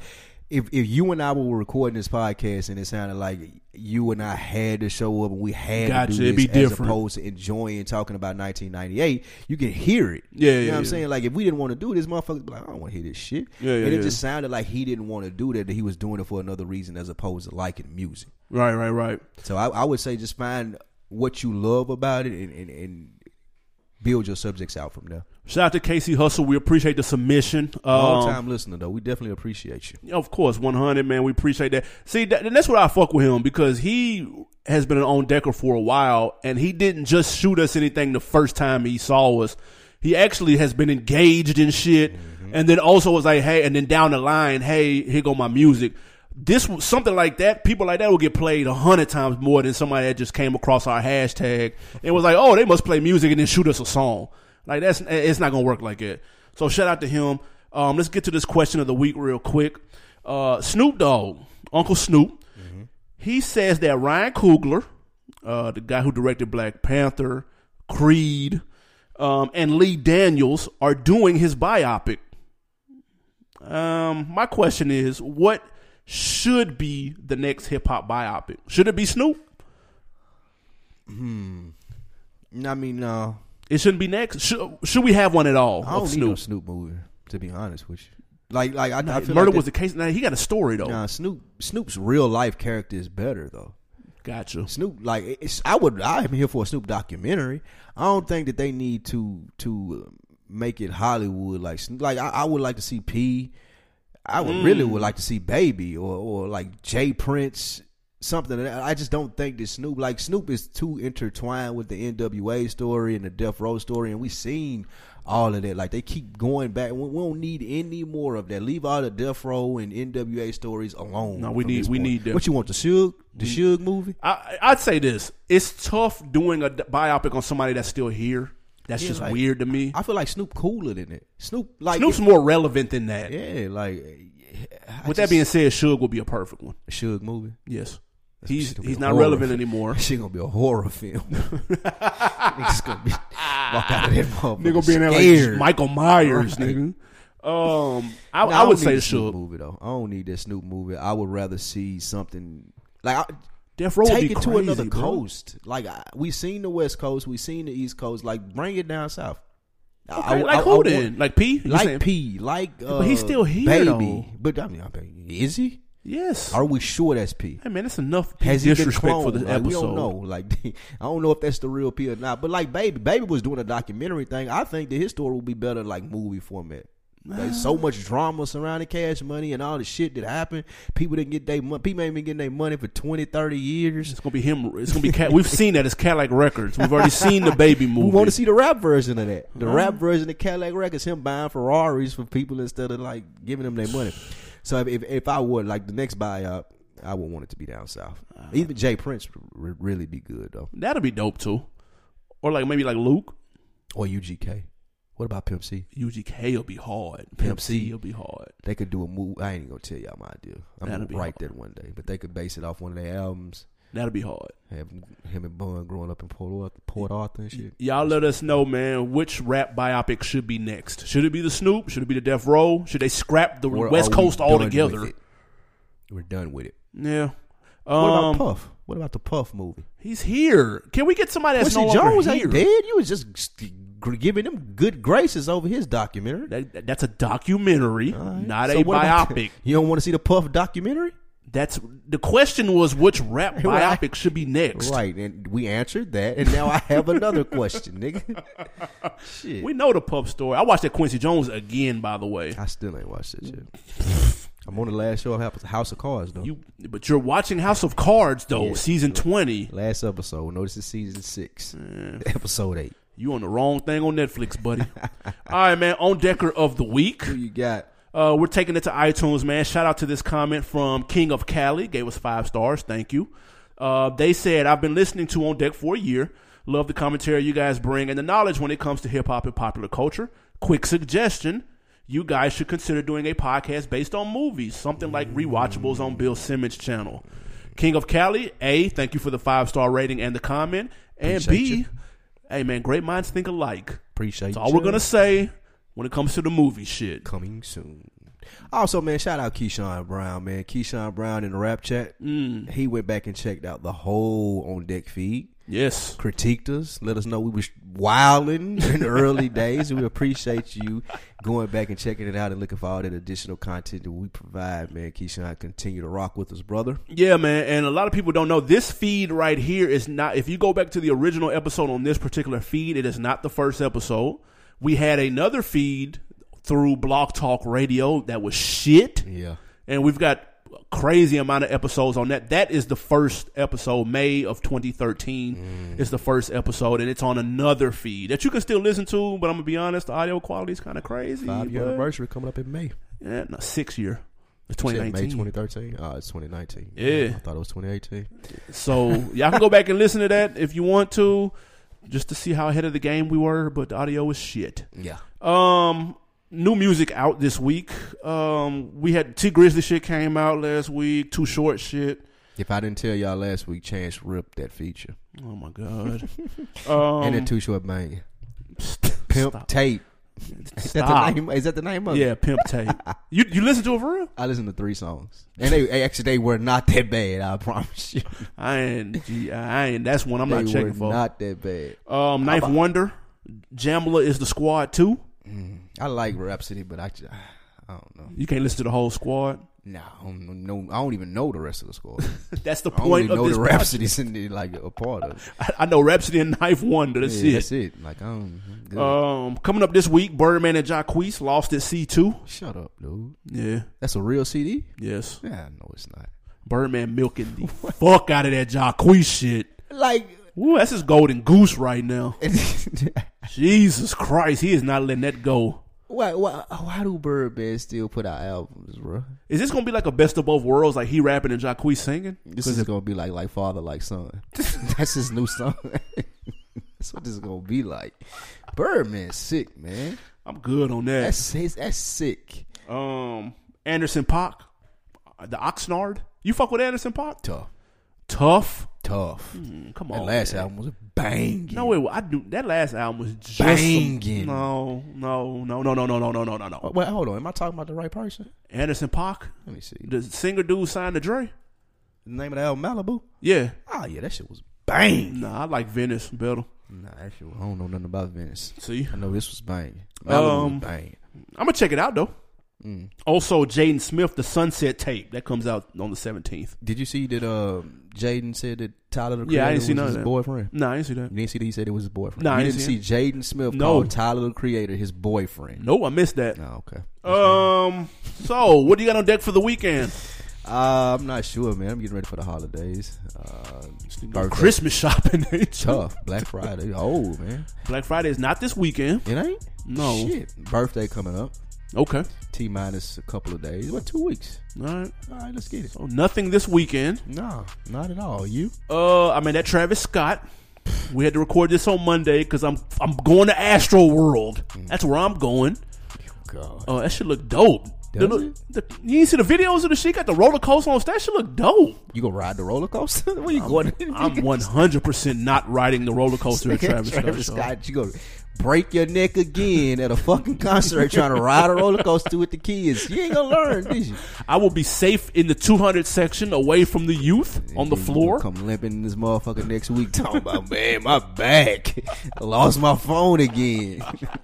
Speaker 1: if if you and I were recording this podcast and it sounded like you and I had to show up and we had
Speaker 2: Gotcha,
Speaker 1: to do
Speaker 2: it'd
Speaker 1: this
Speaker 2: be
Speaker 1: as
Speaker 2: different.
Speaker 1: opposed to enjoying talking about 1998, you can hear it.
Speaker 2: Yeah,
Speaker 1: you know
Speaker 2: yeah,
Speaker 1: what I'm
Speaker 2: yeah.
Speaker 1: saying? Like if we didn't want to do this, motherfuckers be like, I don't want to hear this shit.
Speaker 2: Yeah, yeah,
Speaker 1: and it
Speaker 2: yeah.
Speaker 1: just sounded like he didn't want to do that. That he was doing it for another reason as opposed to liking music.
Speaker 2: Right, right, right.
Speaker 1: So I, I would say just find what you love about it and, and, and build your subjects out from there.
Speaker 2: Shout out to Casey Hustle. We appreciate the submission.
Speaker 1: Long
Speaker 2: Um,
Speaker 1: time listener though, we definitely appreciate you.
Speaker 2: Of course, one hundred man. We appreciate that. See, that, and that's what I fuck with him because he has been an on decker for a while, and he didn't just shoot us anything the first time he saw us. He actually has been engaged in shit, and then also was like, hey, and then down the line, hey, here go my music. This was- something like that. People like that will get played a hundred times more than somebody that just came across our hashtag and was like, oh, they must play music and then shoot us a song. Like that's it's not gonna work like that. So shout out to him. Um, let's get to this question of the week real quick. Uh, Snoop Dogg, Uncle Snoop,
Speaker 1: Mm-hmm.
Speaker 2: he says that Ryan Coogler, uh, the guy who directed Black Panther, Creed, um, and Lee Daniels are doing his biopic. Um, my question is, what should be the next hip hop biopic? Should it be Snoop?
Speaker 1: And I mean, no,
Speaker 2: It shouldn't be next. Should, should we have one at all?
Speaker 1: I don't
Speaker 2: of
Speaker 1: need no
Speaker 2: Snoop.
Speaker 1: Snoop movie to be honest with you. Like, like I, I feel
Speaker 2: Murder
Speaker 1: like
Speaker 2: was
Speaker 1: that-
Speaker 2: the case. Now he got a story though.
Speaker 1: nah, Snoop Snoop's real life character is better though.
Speaker 2: Gotcha.
Speaker 1: Snoop, like it's, I would, I'm here for a Snoop documentary. I don't think that they need to to uh, make it Hollywood. Like, Snoop- like I, I would like to see P. I would
Speaker 2: Mm.
Speaker 1: really would like to see Baby or or like Jay Prince something. of that. I just don't think that Snoop, like Snoop, is too intertwined with the NWA story and the Death Row story, and we seen all of that. Like they keep going back. We, we don't need any more of that. Leave all the Death Row and NWA stories alone.
Speaker 2: No, we
Speaker 1: from
Speaker 2: need-
Speaker 1: this
Speaker 2: we
Speaker 1: point.
Speaker 2: need that.
Speaker 1: What you want the Suge the Suge movie?
Speaker 2: I, I'd say this: it's tough doing a d- biopic on somebody that's still here. That's
Speaker 1: Yeah,
Speaker 2: just
Speaker 1: like-
Speaker 2: weird to me.
Speaker 1: I feel like Snoop cooler than it. Snoop like
Speaker 2: Snoop's more relevant than that.
Speaker 1: yeah, like I
Speaker 2: With
Speaker 1: just-
Speaker 2: that being said, Suge will be a perfect one.
Speaker 1: Suge movie.
Speaker 2: Yes, he's
Speaker 1: Shit gonna be
Speaker 2: he's
Speaker 1: a
Speaker 2: not
Speaker 1: horror
Speaker 2: relevant
Speaker 1: film.
Speaker 2: anymore.
Speaker 1: She gonna be a horror film. Niggas gonna be walk out of that motherfucker
Speaker 2: Nigga being there
Speaker 1: scared.
Speaker 2: like Michael Myers,
Speaker 1: Right.
Speaker 2: nigga. Um, I,
Speaker 1: Nah,
Speaker 2: I would
Speaker 1: don't need
Speaker 2: say
Speaker 1: the Snoop
Speaker 2: Suge.
Speaker 1: movie though. I don't need that Snoop movie. I would rather see something like I,
Speaker 2: Death Row would
Speaker 1: take
Speaker 2: be
Speaker 1: it to
Speaker 2: crazy,
Speaker 1: another
Speaker 2: bro.
Speaker 1: coast. Like I, we seen the West Coast, we seen the East Coast. Like bring it down south.
Speaker 2: Okay, like who then? like P? You
Speaker 1: like
Speaker 2: saying-
Speaker 1: P, like uh,
Speaker 2: he's still here,
Speaker 1: baby.
Speaker 2: though.
Speaker 1: But I mean, I mean, is he?
Speaker 2: Yes.
Speaker 1: Are we sure that's P?
Speaker 2: Hey man, that's enough P
Speaker 1: Has he been
Speaker 2: disrespect
Speaker 1: cloned?
Speaker 2: for this
Speaker 1: like,
Speaker 2: episode.
Speaker 1: We don't know. Like I don't know if that's the real P or not. But like baby, baby was doing a documentary thing. I think that his story will be better like movie format. Like so much drama surrounding cash money and all the shit that happened. People didn't get their money. People ain't been getting their money for 20, 30 years.
Speaker 2: It's gonna be him. It's gonna be cat. We've seen that. It's Cadillac Records. We've already seen the baby movie.
Speaker 1: We want to see the rap version of that. The rap version of Cadillac Records, him buying Ferraris for people instead of like giving them their money. So if, if if I would like the next buyout, I would want it to be down south.
Speaker 2: Uh,
Speaker 1: Even Jay Prince would really be good though.
Speaker 2: That'll be dope too. Or like maybe like Luke.
Speaker 1: Or UGK. What about Pimp C?
Speaker 2: UGK will be hard. Pimp C will be hard.
Speaker 1: They could do a move. I ain't gonna tell y'all my idea. I'm
Speaker 2: That'll be
Speaker 1: gonna write that one day. But they could base it off one of their albums.
Speaker 2: That'll be hard.
Speaker 1: Have him and Bun growing up in Port Arthur, Port Arthur and shit.
Speaker 2: Y'all let us know, man, which rap biopic should be next. Should it be the Snoop? Should it be the Death Row? Should they scrap the
Speaker 1: Or
Speaker 2: West
Speaker 1: are we
Speaker 2: Coast
Speaker 1: done with
Speaker 2: altogether?
Speaker 1: it? We're done with it.
Speaker 2: Yeah.
Speaker 1: What about
Speaker 2: Um,
Speaker 1: Puff? What about the Puff movie?
Speaker 2: he's here. Can we get somebody that's
Speaker 1: Quincy
Speaker 2: no longer
Speaker 1: Jones
Speaker 2: here?
Speaker 1: ain't dead. You was just st- gr- giving him good graces over his documentary.
Speaker 2: That, that's a documentary, not
Speaker 1: So
Speaker 2: a
Speaker 1: what about-
Speaker 2: biopic.
Speaker 1: you don't want to see the Puff documentary,
Speaker 2: That's the question was which rap
Speaker 1: Right.
Speaker 2: biopic should be next.
Speaker 1: right? And we answered that, and now I have another question, nigga. Shit.
Speaker 2: We know the Puff story. I watched that Quincy Jones again, by the way.
Speaker 1: I still ain't watched that shit. I'm on the last show of House- House of Cards though.
Speaker 2: You, but you're watching House of Cards though,
Speaker 1: Yeah.
Speaker 2: season twenty.
Speaker 1: last episode. No, this is season six, episode eight.
Speaker 2: You on the wrong thing on Netflix, buddy. All right, man. On Decker of the week.
Speaker 1: Who you got?
Speaker 2: Uh, we're taking it to iTunes, man. Shout out to this comment from King of Cali. Gave us five stars. Thank you. Uh, they said, I've been listening to On Deck for a year. Love the commentary you guys bring and the knowledge when it comes to hip hop and popular culture. Quick suggestion you guys should consider doing a podcast based on movies, something like Rewatchables on Bill Simmons' channel. King of Cali, A, thank you for the five star rating and the comment. And B,
Speaker 1: Appreciate you.
Speaker 2: hey, man, great minds think alike.
Speaker 1: Appreciate
Speaker 2: That's
Speaker 1: you,
Speaker 2: all we're
Speaker 1: Jay.
Speaker 2: going to say when it comes to the movie shit.
Speaker 1: coming soon. Also, man, shout out Keyshawn Brown, man. Keyshawn Brown in the rap chat. Mm. He went back and checked out the whole on deck feed.
Speaker 2: Yes.
Speaker 1: critiqued us, let us know we was wilding in the early days. We appreciate you going back and checking it out and looking for all that additional content that we provide, man. Keyshawn, continue to rock with us, brother.
Speaker 2: Yeah, man. And a lot of people don't know this feed right here is not, if you go back to the original episode on this particular feed, it is not the first episode. We had another feed through Block Talk Radio that was shit.
Speaker 1: Yeah.
Speaker 2: And we've got a crazy amount of episodes on that. That is the first episode, May of
Speaker 1: Mm.
Speaker 2: 2013. It's the first episode, and it's on another feed that you can still listen to, but I'm going to be honest, the audio quality is kind of crazy.
Speaker 1: Five year
Speaker 2: but-
Speaker 1: anniversary coming up in May.
Speaker 2: Yeah, no, six year. It's
Speaker 1: Shit, May
Speaker 2: 2019.
Speaker 1: 2013. Uh, it's 2019.
Speaker 2: Yeah.
Speaker 1: I thought it was 2018.
Speaker 2: So y'all can go back and listen to that if you want to, just to see how ahead of the game we were. But the audio was shit.
Speaker 1: Yeah.
Speaker 2: Um, new music out this week. Um, we had T Grizzly shit came out last week. Too short shit.
Speaker 1: If I didn't tell y'all last week, Chance ripped that feature.
Speaker 2: Oh my god. Um,
Speaker 1: and that two short bang. Pimp
Speaker 2: stop.
Speaker 1: Tape. Is that, the
Speaker 2: Stop.
Speaker 1: name, is that the name of it?
Speaker 2: yeah, pimp tape. You you listen to it for real?
Speaker 1: I listened to three songs. And they actually, they were not that bad, I promise you.
Speaker 2: I ain't. gee, I ain't. That's one I'm not
Speaker 1: they
Speaker 2: checking
Speaker 1: were
Speaker 2: for.
Speaker 1: not that bad.
Speaker 2: um, Knife Wonder. Jamla is the squad too.
Speaker 1: I like Rhapsody, but I, ju- I don't know.
Speaker 2: You can't listen to the whole squad.
Speaker 1: Nah, I don't know. I don't even know the rest of the score.
Speaker 2: That's the
Speaker 1: I only
Speaker 2: point of
Speaker 1: know
Speaker 2: this
Speaker 1: the Rhapsody's in there, like a part of. It.
Speaker 2: I, I know Rhapsody and Knife Wonder. That's
Speaker 1: Yeah,
Speaker 2: it.
Speaker 1: that's it. Like I don't. I'm good.
Speaker 2: Um, coming up this week, Birdman and Jacquees lost at C two.
Speaker 1: Shut up, dude.
Speaker 2: Yeah.
Speaker 1: That's a real CD.
Speaker 2: Yes.
Speaker 1: Yeah, no, it's not.
Speaker 2: Birdman milking the fuck out of that Jacquees shit.
Speaker 1: Like,
Speaker 2: Ooh, that's his golden goose right now. Jesus Christ, he is not letting that go.
Speaker 1: why, why, why do Birdman still put out albums, bro?
Speaker 2: Is this gonna be like a best of both worlds, like he rapping and Jacquees singing?
Speaker 1: This is gonna be like like father like son. That's his new song. That's what this is gonna be like. Birdman's sick, man.
Speaker 2: I'm good on that.
Speaker 1: That's his. That's sick.
Speaker 2: Um, Anderson Pock, the Oxnard. You fuck with Anderson Pock?
Speaker 1: Tough,
Speaker 2: Tough. Mm,
Speaker 1: tough.
Speaker 2: Come
Speaker 1: That
Speaker 2: on.
Speaker 1: last
Speaker 2: man.
Speaker 1: album was a bang.
Speaker 2: No, it, wa- I do. That last album was just some-
Speaker 1: Banging.
Speaker 2: no, no, no, no, no, no, no, no, no, no, no.
Speaker 1: Wait, uh, hold on. Am I talking about the right person?
Speaker 2: Anderson Pac,
Speaker 1: Let me see. The
Speaker 2: the singer dude signed to Dre.
Speaker 1: name of the album, Malibu.
Speaker 2: Yeah,
Speaker 1: Oh yeah, that shit was bang.
Speaker 2: nah, I like Venice better.
Speaker 1: Nah, actually, I don't know nothing about Vince.
Speaker 2: See,
Speaker 1: I know this was banging.
Speaker 2: Um,
Speaker 1: Um, bang.
Speaker 2: I'm gonna check it out though.
Speaker 1: Mm.
Speaker 2: Also, Jaden Smith, the Sunset Tape that comes out on the 17th.
Speaker 1: Did you see that? Um, Jaden said that Tyler the Creator
Speaker 2: Yeah, I didn't
Speaker 1: was
Speaker 2: see none of
Speaker 1: his
Speaker 2: that.
Speaker 1: boyfriend.
Speaker 2: No, I didn't see that.
Speaker 1: You didn't see that he said it was his boyfriend.
Speaker 2: Nah, I
Speaker 1: you
Speaker 2: didn't
Speaker 1: didn't see Jaden Smith
Speaker 2: No.
Speaker 1: call Tyler the Creator his boyfriend.
Speaker 2: No, I missed that.
Speaker 1: Oh, okay.
Speaker 2: Um. So, what do you got on deck for the weekend?
Speaker 1: Uh, I'm not sure, man. I'm getting ready for the holidays. Uh, birthday.
Speaker 2: Christmas shopping.
Speaker 1: tough. Black Friday. Oh man,
Speaker 2: Black Friday is not this weekend.
Speaker 1: it ain't.
Speaker 2: No.
Speaker 1: shit. Birthday coming up.
Speaker 2: Okay.
Speaker 1: T minus a couple of days. What? Two weeks.
Speaker 2: All right.
Speaker 1: All right, let's get it.
Speaker 2: So nothing this weekend.
Speaker 1: No, not at all. You?
Speaker 2: Uh, I mean that Travis Scott. We had to record this on Monday because I'm I'm going to Astro World. That's where I'm going.
Speaker 1: God.
Speaker 2: Uh, that should look dope. The
Speaker 1: Does
Speaker 2: look-
Speaker 1: it?
Speaker 2: the- you ain't see the videos of the shit got the roller coaster on stage. That should look dope.
Speaker 1: You gonna ride the roller coaster? Where you going?
Speaker 2: I'm 100 percent not riding the roller coaster at Travis,
Speaker 1: Travis
Speaker 2: Scott.
Speaker 1: Scott, you gonna break your neck again at a fucking concert trying to ride a roller coaster with the kids. You ain't gonna learn, did you?
Speaker 2: I will be safe in the 200 section, away from the youth on the
Speaker 1: You
Speaker 2: floor.
Speaker 1: Come limping in this motherfucker next week talking about, man, my back. I lost my phone again.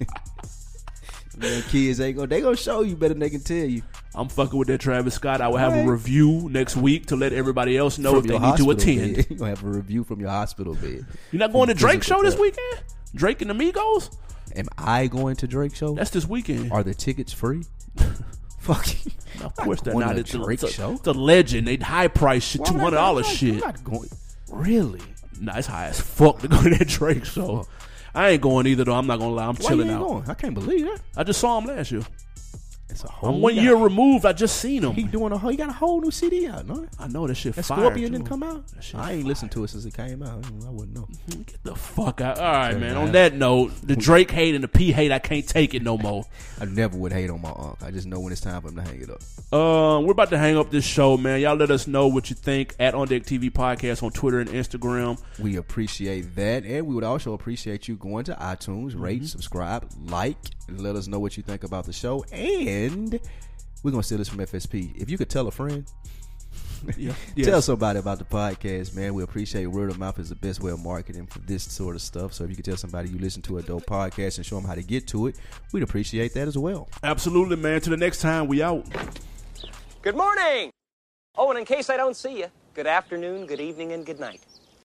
Speaker 1: Man, kids ain't gonna they gonna show you better than they can tell you.
Speaker 2: I'm fucking with that Travis Scott. I will have
Speaker 1: Right.
Speaker 2: a review next week to let everybody else know
Speaker 1: From
Speaker 2: if they
Speaker 1: your
Speaker 2: need to
Speaker 1: hospital
Speaker 2: attend.
Speaker 1: bed. you gonna have a review from your hospital bed.
Speaker 2: You're not going to
Speaker 1: Physical
Speaker 2: Drake's show this
Speaker 1: therapy.
Speaker 2: weekend? Drake and Amigos?
Speaker 1: Am I going to Drake show?
Speaker 2: That's this weekend.
Speaker 1: Are the tickets free? Fuck. you.
Speaker 2: of course they're
Speaker 1: going
Speaker 2: not.
Speaker 1: to
Speaker 2: It's a,
Speaker 1: Drake
Speaker 2: it's a-
Speaker 1: show?
Speaker 2: it's a legend. They high price shit,
Speaker 1: Why would I
Speaker 2: two hundred
Speaker 1: go?
Speaker 2: dollars
Speaker 1: I'm not-
Speaker 2: shit.
Speaker 1: I'm not going. Really?
Speaker 2: Nah, it's high as fuck to go to that Drake show. I ain't going either though. I'm not gonna lie. I'm
Speaker 1: Why
Speaker 2: chilling
Speaker 1: you
Speaker 2: out.
Speaker 1: ain't going? I can't believe that.
Speaker 2: I just saw him last year.
Speaker 1: It's a whole
Speaker 2: I'm one
Speaker 1: guy.
Speaker 2: year removed. I just seen him.
Speaker 1: Oh, He doing a whole. He got a whole new CD out. No,
Speaker 2: I know that shit.
Speaker 1: that
Speaker 2: fire,
Speaker 1: Scorpion
Speaker 2: dude.
Speaker 1: didn't come out.
Speaker 2: That shit
Speaker 1: I ain't listened to it since it came out. I wouldn't know.
Speaker 2: Get the fuck out. All right, man. On
Speaker 1: man.
Speaker 2: that note, the Drake hate and the P hate, I can't take it no more.
Speaker 1: I never would hate on my uncle. I just know when it's time for him to hang it up.
Speaker 2: Um, we're about to hang up this show, man. Y'all let us know what you think at On Deck TV Podcast on Twitter and Instagram.
Speaker 1: We appreciate that, and we would also appreciate you going to iTunes, rate, subscribe, like, and let us know what you think about the show. And we're gonna steal this from FSP. If you could tell a friend,
Speaker 2: Yeah. Yes.
Speaker 1: Tell somebody about the podcast, man. We appreciate word of mouth is the best way of marketing for this sort of stuff. So if you could tell somebody you listen to a dope podcast and show them how to get to it, we'd appreciate that as well.
Speaker 2: Absolutely, man. Till the next time, we out.
Speaker 5: Good morning! Oh, and in case I don't see you, good afternoon, good evening, and good night.